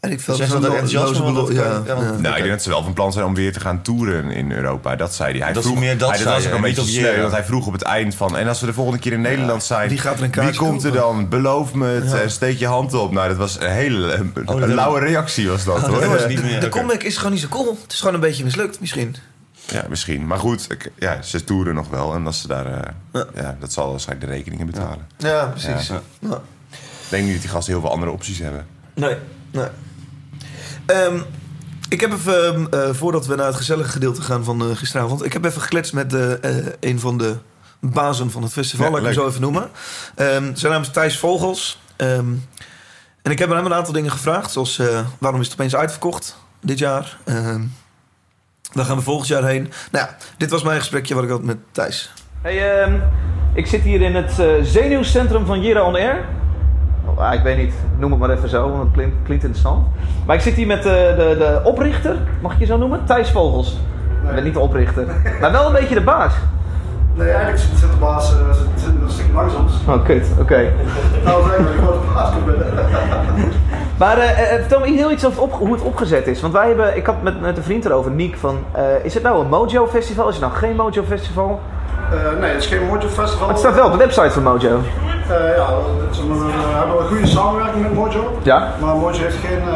Speaker 2: En ik vind
Speaker 3: Zijn ze
Speaker 2: zo'n
Speaker 3: dat
Speaker 2: lo-
Speaker 3: enthousiast
Speaker 2: loze
Speaker 3: van?
Speaker 2: boel-
Speaker 3: Want dat kan- ja, want-
Speaker 4: Nou,
Speaker 3: oké.
Speaker 4: ik denk dat ze wel van plan zijn om weer te gaan toeren in Europa. Dat zei hij. hij
Speaker 3: Dat
Speaker 4: vroeg,
Speaker 3: ze meer dat
Speaker 4: hij,
Speaker 3: zei,
Speaker 4: was ook
Speaker 3: hè,
Speaker 4: een
Speaker 3: niet
Speaker 4: beetje
Speaker 3: op
Speaker 4: sneu,
Speaker 3: je-
Speaker 4: want hij vroeg op het eind van... En als we de volgende keer in Nederland zijn,
Speaker 2: Wie gaat er een kaartje
Speaker 4: wie komt er
Speaker 2: kopen?
Speaker 4: dan? Beloof me het, eh, steek je hand op. Nou, dat was een hele een, een
Speaker 3: Oh, dat- Oh,
Speaker 4: lauwe reactie was dat, hoor.
Speaker 3: dat was niet
Speaker 2: de,
Speaker 3: meer.
Speaker 2: de
Speaker 3: Oké.
Speaker 2: comeback is gewoon niet zo cool. Het is gewoon een beetje mislukt, misschien.
Speaker 4: Ja, misschien. Maar goed, ik- ja, ze toeren nog wel. En als ze daar... eh, ja. dat zal waarschijnlijk de rekeningen betalen.
Speaker 2: Ja, precies.
Speaker 4: Ja.
Speaker 2: Nou,
Speaker 4: Ik denk niet dat die gasten heel veel andere opties hebben.
Speaker 2: nee, nee. Ehm, Ik heb even, ehm, eh, voordat we naar het gezellige gedeelte gaan van eh, gisteravond... ik heb even gekletst met eh, eh, een van de bazen van het festival,
Speaker 4: Ja,
Speaker 2: laat ik hem
Speaker 4: leuk.
Speaker 2: zo even noemen. Ehm, zijn naam is Thijs Vogels. Ehm, en ik heb aan hem een aantal dingen gevraagd, zoals eh, waarom is het opeens uitverkocht dit jaar? Ehm waar gaan we volgend jaar heen? Nou ja, dit was mijn gesprekje wat ik had met Thijs.
Speaker 6: Hey, ehm, ik zit hier in het eh, zenuwcentrum van Jira On Air. Oh, ah, ik weet niet, noem het maar even zo, want het klinkt, klinkt interessant. Maar ik zit hier met eh, de, de oprichter, mag ik je zo noemen? Thijs Vogels. Ik ben niet de oprichter, maar wel een beetje de baas.
Speaker 11: Nee, eigenlijk zit, zit de baas eh, zit, zit een stuk langs ons.
Speaker 6: Oh, kut, oké.
Speaker 11: Nou, zeg maar, ik wou de baas kunnen
Speaker 6: Maar eh, eh, vertel me heel iets over op, hoe het opgezet is. Want wij hebben, ik had met, met een vriend erover, Niek, van eh, is het nou een Mojo Festival? Is het nou geen Mojo Festival?
Speaker 11: Eh, nee, het is geen Mojo Festival.
Speaker 6: Maar het staat wel op de website van Mojo.
Speaker 11: Eh, ja, het is een- we hebben een goede samenwerking met Mojo.
Speaker 6: Ja?
Speaker 11: Maar Mojo heeft geen, eh,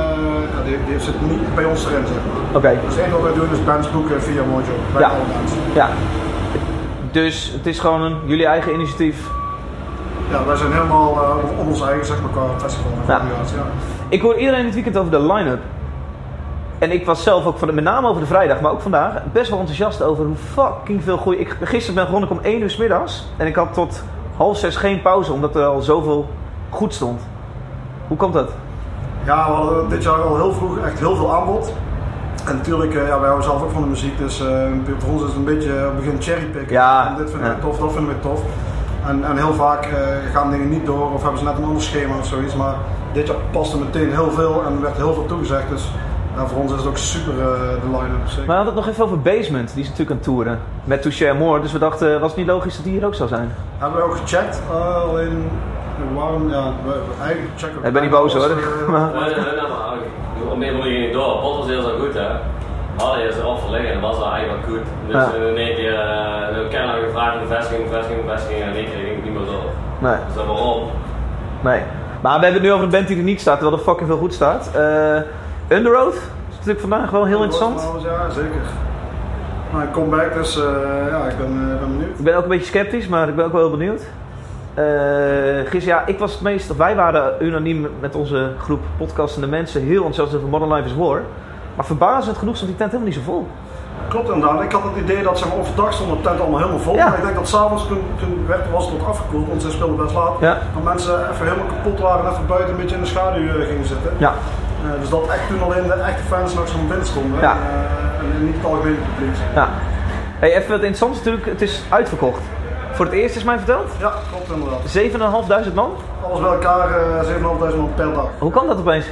Speaker 11: ja, die, die zit niet bij ons erin, zeg maar.
Speaker 6: Oké.
Speaker 11: Dus het enige wat wij doen is bands boeken via Mojo. Bij
Speaker 6: Ja.
Speaker 11: alle bands.
Speaker 6: Ja. Dus het is gewoon een, jullie eigen initiatief.
Speaker 11: Ja, wij zijn helemaal eh, op- op ons eigen, zeg maar, qua festival.
Speaker 6: Ja.
Speaker 11: Ja.
Speaker 6: Ik hoor iedereen dit weekend over de line-up. En ik was zelf ook, van, met name over de vrijdag, maar ook vandaag, best wel enthousiast over hoe fucking veel goeie... Ik, gisteren ben begonnen om 1 uur 's middags en ik had tot half zes geen pauze, omdat er al zoveel goed stond. Hoe komt dat?
Speaker 11: Ja, we hadden dit jaar al heel vroeg echt heel veel aanbod. En natuurlijk, eh, ja, wij houden zelf ook van de muziek, dus eh, voor ons is het een beetje eh, begin cherrypicken.
Speaker 6: Ja,
Speaker 11: En dit vinden
Speaker 6: ja.
Speaker 11: we tof, dat vinden we tof. En, en heel vaak eh, gaan dingen niet door of hebben ze net een ander schema of zoiets. Maar dit jaar paste meteen heel veel en er werd heel veel toegezegd. Dus ja, voor ons is het ook super eh, de line-up. zeker.
Speaker 6: Maar we hadden het nog even over Basement, die is natuurlijk aan het toeren. Met Touche Moore, dus we dachten, was het niet logisch dat die hier ook zou zijn?
Speaker 11: Hebben we ook gecheckt, eh, alleen waarom, ja, we, we eigenlijk eh, checken we-
Speaker 6: Ik ben niet boos hoor.
Speaker 12: Maar nee, nee, nee, maar eigenlijk, om een van die door. Pot was heel zo goed, hè. Hadden is erop verleggen, dat was dat eigenlijk wel goed. Dus
Speaker 6: Ja.
Speaker 12: in één keer, eh, we kennen haar gevraagd om vestiging, vestiging, vestiging, en in één keer ging het niet meer door.
Speaker 6: Nee.
Speaker 12: Dus dan waarom?
Speaker 6: Nee. Maar we hebben het nu over een band die er niet staat, terwijl er fucking veel goed staat. Eh Underoath is natuurlijk vandaag wel heel interessant.
Speaker 11: Trouwens, Ja, zeker. Nou, comeback, dus eh, ja, ik ben, eh, ben benieuwd.
Speaker 6: Ik ben ook een beetje sceptisch, maar ik ben ook wel heel benieuwd. Eh gisteren, ja, ik was het meest, of wij waren unaniem met onze groep podcastende mensen heel enthousiast over Modern Life is War. Maar verbazend genoeg stond die tent helemaal niet zo vol.
Speaker 11: Klopt inderdaad. Ik had het idee dat zeg maar, overdag stond de tent allemaal helemaal vol.
Speaker 6: Ja.
Speaker 11: Maar ik denk dat s'avonds toen, toen werd, was het ook afgekoeld, want ze speelden best laat.
Speaker 6: Ja.
Speaker 11: Dat mensen even helemaal kapot waren en even buiten een beetje in de schaduw eh, gingen zitten.
Speaker 6: Ja.
Speaker 11: Eh, dus dat echt toen alleen de echte fans nog zo'n binnen stonden.
Speaker 6: Ja.
Speaker 11: Eh, en niet het algemene publiek.
Speaker 6: ja. Hey, even wat interessants natuurlijk, het is uitverkocht. Voor het eerst is mij verteld.
Speaker 11: Ja, klopt inderdaad.
Speaker 6: 7.500 man?
Speaker 11: Alles bij elkaar eh 7.500 man per dag.
Speaker 6: Hoe kan dat opeens?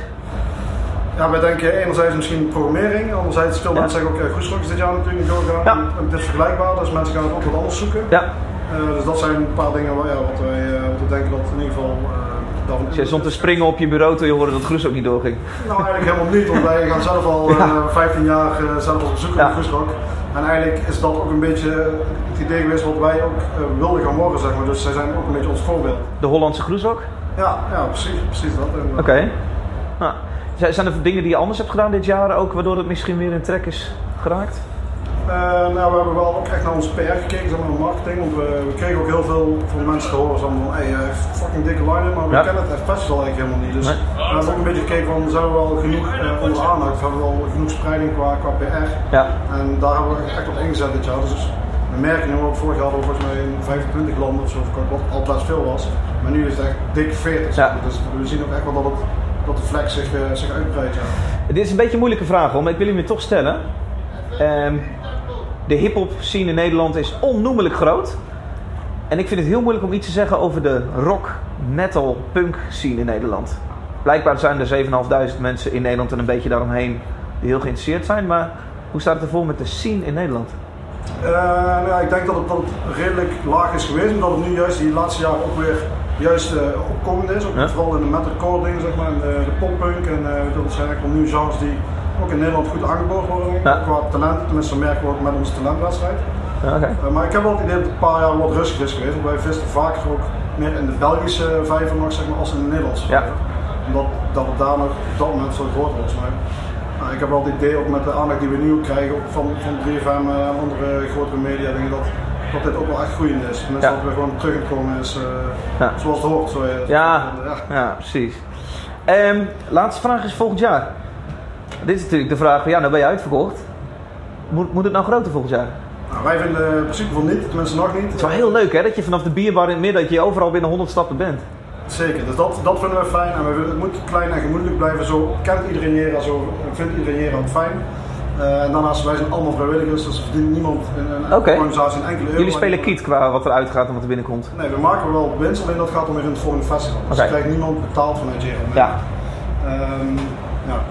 Speaker 11: Ja, wij denken enerzijds misschien programmering, anderzijds veel
Speaker 6: Ja.
Speaker 11: mensen zeggen ook uh, goed is dit jaar natuurlijk niet doorgaan. En het is vergelijkbaar, dus mensen gaan ook wat anders zoeken.
Speaker 6: Ja.
Speaker 11: Eh, dus dat zijn een paar dingen waar, ja, wat, wij, eh, wat we denken dat in ieder geval eh daarvan
Speaker 6: Dus jij stond te springen op je bureau toen je hoorde dat Groes ook niet doorging.
Speaker 11: Nou, eigenlijk helemaal niet, want wij gaan zelf al eh, 15 jaar eh, zelf als bezoeker
Speaker 6: Ja.
Speaker 11: naar Groesrock. En eigenlijk is dat ook een beetje het idee geweest wat wij ook eh, wilden gaan worden, zeg maar. Dus zij zijn ook een beetje ons voorbeeld.
Speaker 6: De Hollandse Groesrock?
Speaker 11: Ja, ja precies, precies dat. En, eh,
Speaker 6: Oké. Nou, zijn- zijn er dingen die je anders hebt gedaan dit jaar ook, waardoor het misschien weer in trek is geraakt?
Speaker 11: Eh, nou, we hebben wel ook echt naar ons PR gekeken, zeg maar, naar marketing. Want we, we kregen ook heel veel van mensen te horen zeg maar, van, hey, eh, fucking dikke line-up, maar we
Speaker 6: Ja.
Speaker 11: kennen het echt festival eigenlijk helemaal niet. Dus
Speaker 6: Nee.
Speaker 11: we hebben ook een beetje gekeken van, zijn we wel genoeg eh onder aandacht? Hebben we wel genoeg spreiding qua, qua PR?
Speaker 6: Ja.
Speaker 11: En daar hebben we echt op ingezet dit jaar. Dus we merken nu ook, vorig jaar hadden we volgens mij in 25 landen of zo verkocht, wat al best veel was. Maar nu is het echt dik 40. zeg maar. Dus we zien ook echt wel dat, het, dat de flex zich, eh, zich uitbreidt. ja.
Speaker 6: Dit is een beetje een moeilijke vraag hoor, maar ik wil hem je toch stellen. Ehm, de hip-hop scene in Nederland is onnoemelijk groot. En ik vind het heel moeilijk om iets te zeggen over de rock, metal, punk scene in Nederland. Blijkbaar zijn er 7.500 mensen in Nederland en een beetje daaromheen die heel geïnteresseerd zijn. Maar hoe staat het ervoor met de scene in Nederland?
Speaker 11: Eh, nou ja, ik denk dat het, dat het redelijk laag is geweest, omdat het nu juist die laatste jaren ook weer juist eh, opkomend is. Ook,
Speaker 6: Ja.
Speaker 11: Vooral in de metalcore dingen, zeg maar, en de, de poppunk en eh, dat zijn eigenlijk wel nu genres die ook in Nederland goed aangeboden worden denk ik,
Speaker 6: Ja.
Speaker 11: qua talent. Tenminste, dat merken we ook met onze talentwedstrijd.
Speaker 6: Ja, oké.
Speaker 11: Eh, maar ik heb wel het idee dat het een paar jaar wat rustig is geweest, want wij visten vaker ook meer in de Belgische vijver nog, zeg maar, als in de Nederlandse
Speaker 6: Ja.
Speaker 11: vijver. Omdat dat het daar nog op dat moment zo groot was. Maar nou, ik heb wel het idee, ook met de aandacht die we nu ook krijgen ook van, van 3FM en eh, andere grotere media, denk ik dat, dat dit ook wel echt groeiend is. Tenminste,
Speaker 6: Ja.
Speaker 11: dat we gewoon terug gekomen is eh,
Speaker 6: Ja.
Speaker 11: zoals het hoort. Zo, eh,
Speaker 6: Ja, ja precies. Ehm, laatste vraag is volgend jaar. Dit is natuurlijk de vraag van, ja, nou ben je uitverkocht. Moet, moet het nou groter volgend jaar?
Speaker 11: Nou, wij vinden eh, in principe van niet, tenminste nog niet.
Speaker 6: Het is wel heel leuk hè, dat je vanaf de bierbar in het midden, dat je overal binnen 100 stappen bent.
Speaker 11: Zeker, dus dat, dat vinden we fijn. En we willen, het moet klein en gemoedelijk blijven. Zo kent iedereen Jera, zo vindt iedereen Jera ook fijn. Eh, en daarnaast, wij zijn allemaal vrijwilligers, dus er verdient niemand in een
Speaker 6: Oké.
Speaker 11: organisatie een enkele euro.
Speaker 6: Jullie spelen kiet qua wat eruit gaat en wat er binnenkomt.
Speaker 11: Nee, we maken wel winst, alleen dat gaat om weer in het volgende festival. Dus
Speaker 6: Oké.
Speaker 11: er krijgt niemand betaald vanuit Jera.
Speaker 6: Ja.
Speaker 11: Ehm, ja.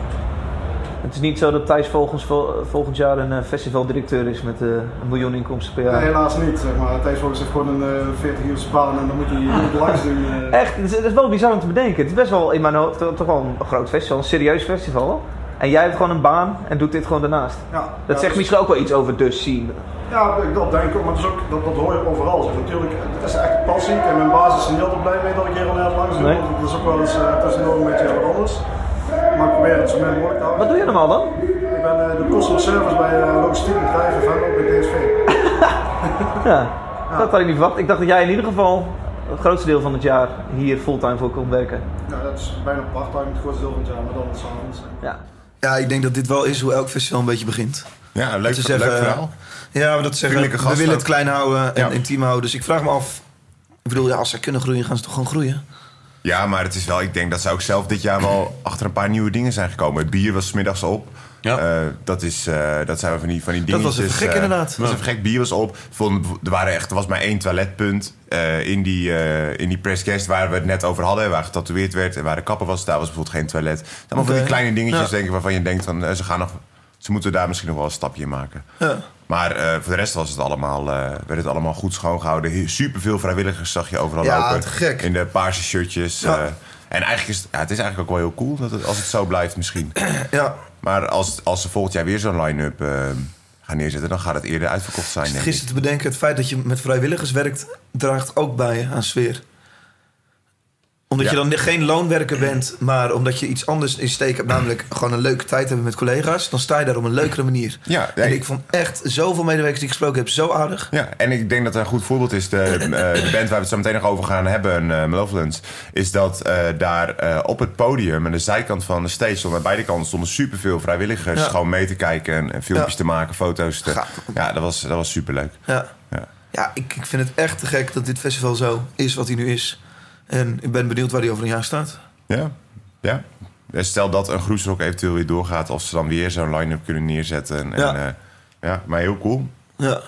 Speaker 6: Het is niet zo dat Thijs volgens, vol- volgend jaar een eh, festivaldirecteur is met eh, een miljoen inkomsten per jaar.
Speaker 11: Nee, helaas niet. Zeg maar. Thijs Volks heeft gewoon een eh, 40 uur baan en dan moet hij niet langs doen. eh.
Speaker 6: Echt, het is, het is wel bizar om te bedenken. Het is best wel in mijn hoofd eh, toch wel een groot festival, een serieus festival. En jij hebt gewoon een baan en doet dit gewoon daarnaast.
Speaker 11: Ja,
Speaker 6: dat
Speaker 11: ja,
Speaker 6: zegt
Speaker 11: dus-
Speaker 6: misschien ook wel iets over de scene.
Speaker 11: Ja, ik- dat denk ik ook, maar dat, is ook, dat, dat hoor je overal. Zeg. Natuurlijk, het is echt passie en mijn baas is er niet altijd blij mee dat ik hier al net langs doe.
Speaker 6: Nee.
Speaker 11: want Dat is ook wel eens eh, tussendoor een beetje wat anders. Maar ik probeer het zo min mogelijk te houden.
Speaker 6: Wat doe je normaal dan?
Speaker 11: Ik ben eh, de customer service bij eh logistiek bedrijven van ook bij DSV.
Speaker 6: Ja, dat had ik niet verwacht. Ik dacht dat jij in ieder geval het grootste deel van het jaar hier fulltime voor kon werken.
Speaker 11: Ja, dat is bijna part-time het grootste deel van het jaar, maar dan s'avonds.
Speaker 6: Ja.
Speaker 2: Ja, ik denk dat dit wel is hoe elk festival een beetje begint.
Speaker 4: Ja, leuk,
Speaker 2: Te zeggen,
Speaker 4: leuk verhaal.
Speaker 2: Ja, maar dat zeggen we.
Speaker 4: Vriendelijke
Speaker 2: We
Speaker 4: gasten
Speaker 2: willen het
Speaker 4: ook.
Speaker 2: klein houden en
Speaker 4: Ja.
Speaker 2: intiem houden. Dus ik vraag me af. Ik bedoel, ja, als zij kunnen groeien, gaan ze toch gewoon groeien?
Speaker 4: Ja, maar het is wel, ik denk dat ze ook zelf dit jaar wel achter een paar nieuwe dingen zijn gekomen. Het bier was 's middags op. Eh, dat, is, eh, dat zijn we van die, van die
Speaker 2: Dat
Speaker 4: dingetjes.
Speaker 2: was even gek,
Speaker 4: eh,
Speaker 2: inderdaad.
Speaker 4: Dat was even gek. Bier was op. Vond, er, waren echt, er was maar één toiletpunt eh, in, die, eh, in die presscast waar we het net over hadden. Waar getatoeëerd werd en waar de kapper was. Daar was bijvoorbeeld geen toilet. Het zijn Allemaal van die
Speaker 2: Oké.
Speaker 4: kleine dingetjes
Speaker 2: Ja.
Speaker 4: denk ik, waarvan je denkt van eh, ze, gaan nog, ze moeten daar misschien nog wel een stapje in maken.
Speaker 2: Ja.
Speaker 4: Maar eh, voor de rest was het allemaal, eh, werd het allemaal goed schoongehouden. He- Superveel vrijwilligers zag je overal
Speaker 2: Ja,
Speaker 4: lopen.
Speaker 2: te gek.
Speaker 4: In de paarse shirtjes.
Speaker 2: Ja.
Speaker 4: eh, en eigenlijk is het, ja, het is eigenlijk ook wel heel cool dat het, als het zo blijft misschien.
Speaker 2: Ja,
Speaker 4: Maar als, als ze volgend jaar weer zo'n line-up eh, gaan neerzetten... dan gaat het eerder uitverkocht zijn, denk ik.
Speaker 2: gisteren te bedenken, het feit dat je met vrijwilligers werkt, draagt ook bij aan sfeer. Omdat
Speaker 4: Ja.
Speaker 2: je dan geen loonwerker bent, maar omdat je iets anders in steek hebt, namelijk gewoon een leuke tijd hebben met collega's, dan sta je daar op een leukere manier.
Speaker 4: Ja,
Speaker 2: En
Speaker 4: nee.
Speaker 2: ik vond echt zoveel medewerkers die ik gesproken heb zo aardig.
Speaker 4: Ja, en ik denk dat een goed voorbeeld is, de, eh, de band waar we het zo meteen nog over gaan hebben, eh Malevolence, is dat eh, daar eh, op het podium, aan de zijkant van de stage, stonden aan beide kanten stonden superveel vrijwilligers
Speaker 2: Ja.
Speaker 4: gewoon mee te kijken en, en filmpjes
Speaker 2: Ja.
Speaker 4: te maken, foto's te... Ja, dat was, dat was superleuk.
Speaker 2: Ja,
Speaker 4: Ja.
Speaker 2: ja ik, ik vind het echt te gek dat dit festival zo is wat hij nu is. En ik ben benieuwd waar hij over een jaar staat.
Speaker 4: Ja, ja. En Stel dat een groesrock eventueel weer doorgaat, of ze dan weer zo'n line-up kunnen neerzetten. En,
Speaker 2: Ja.
Speaker 4: eh, ja, maar heel cool.
Speaker 2: Ja,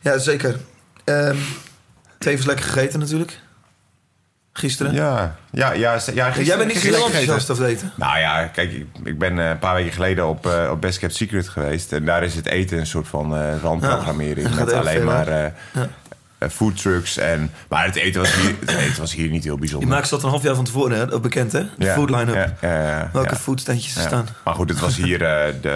Speaker 2: ja zeker. Ehm tevens lekker gegeten natuurlijk. Gisteren.
Speaker 4: Ja, ja, ja, ja, gisteren-
Speaker 2: Jij bent niet
Speaker 4: gisteren
Speaker 2: heel
Speaker 4: gegeten.
Speaker 2: enthousiast over eten.
Speaker 4: Nou ja, kijk, ik, ik ben eh, een paar weken geleden op, eh, op Best Kept Secret geweest. En daar is het eten een soort van eh randprogrammering.
Speaker 2: Ja, dat gaat
Speaker 4: met
Speaker 2: erg
Speaker 4: alleen
Speaker 2: veel,
Speaker 4: maar
Speaker 2: hè?
Speaker 4: eh eh, foodtrucks. En, maar het eten, was hier, het eten was hier niet heel
Speaker 2: Je
Speaker 4: bijzonder.
Speaker 2: maakt ze dat een half jaar van tevoren hè? Ook bekend, hè? De
Speaker 4: Ja,
Speaker 2: foodline-up.
Speaker 4: ja, ja, ja,
Speaker 2: Welke
Speaker 4: ja.
Speaker 2: foodstandjes er
Speaker 4: Ja.
Speaker 2: staan.
Speaker 4: Maar goed, het was hier eh, de...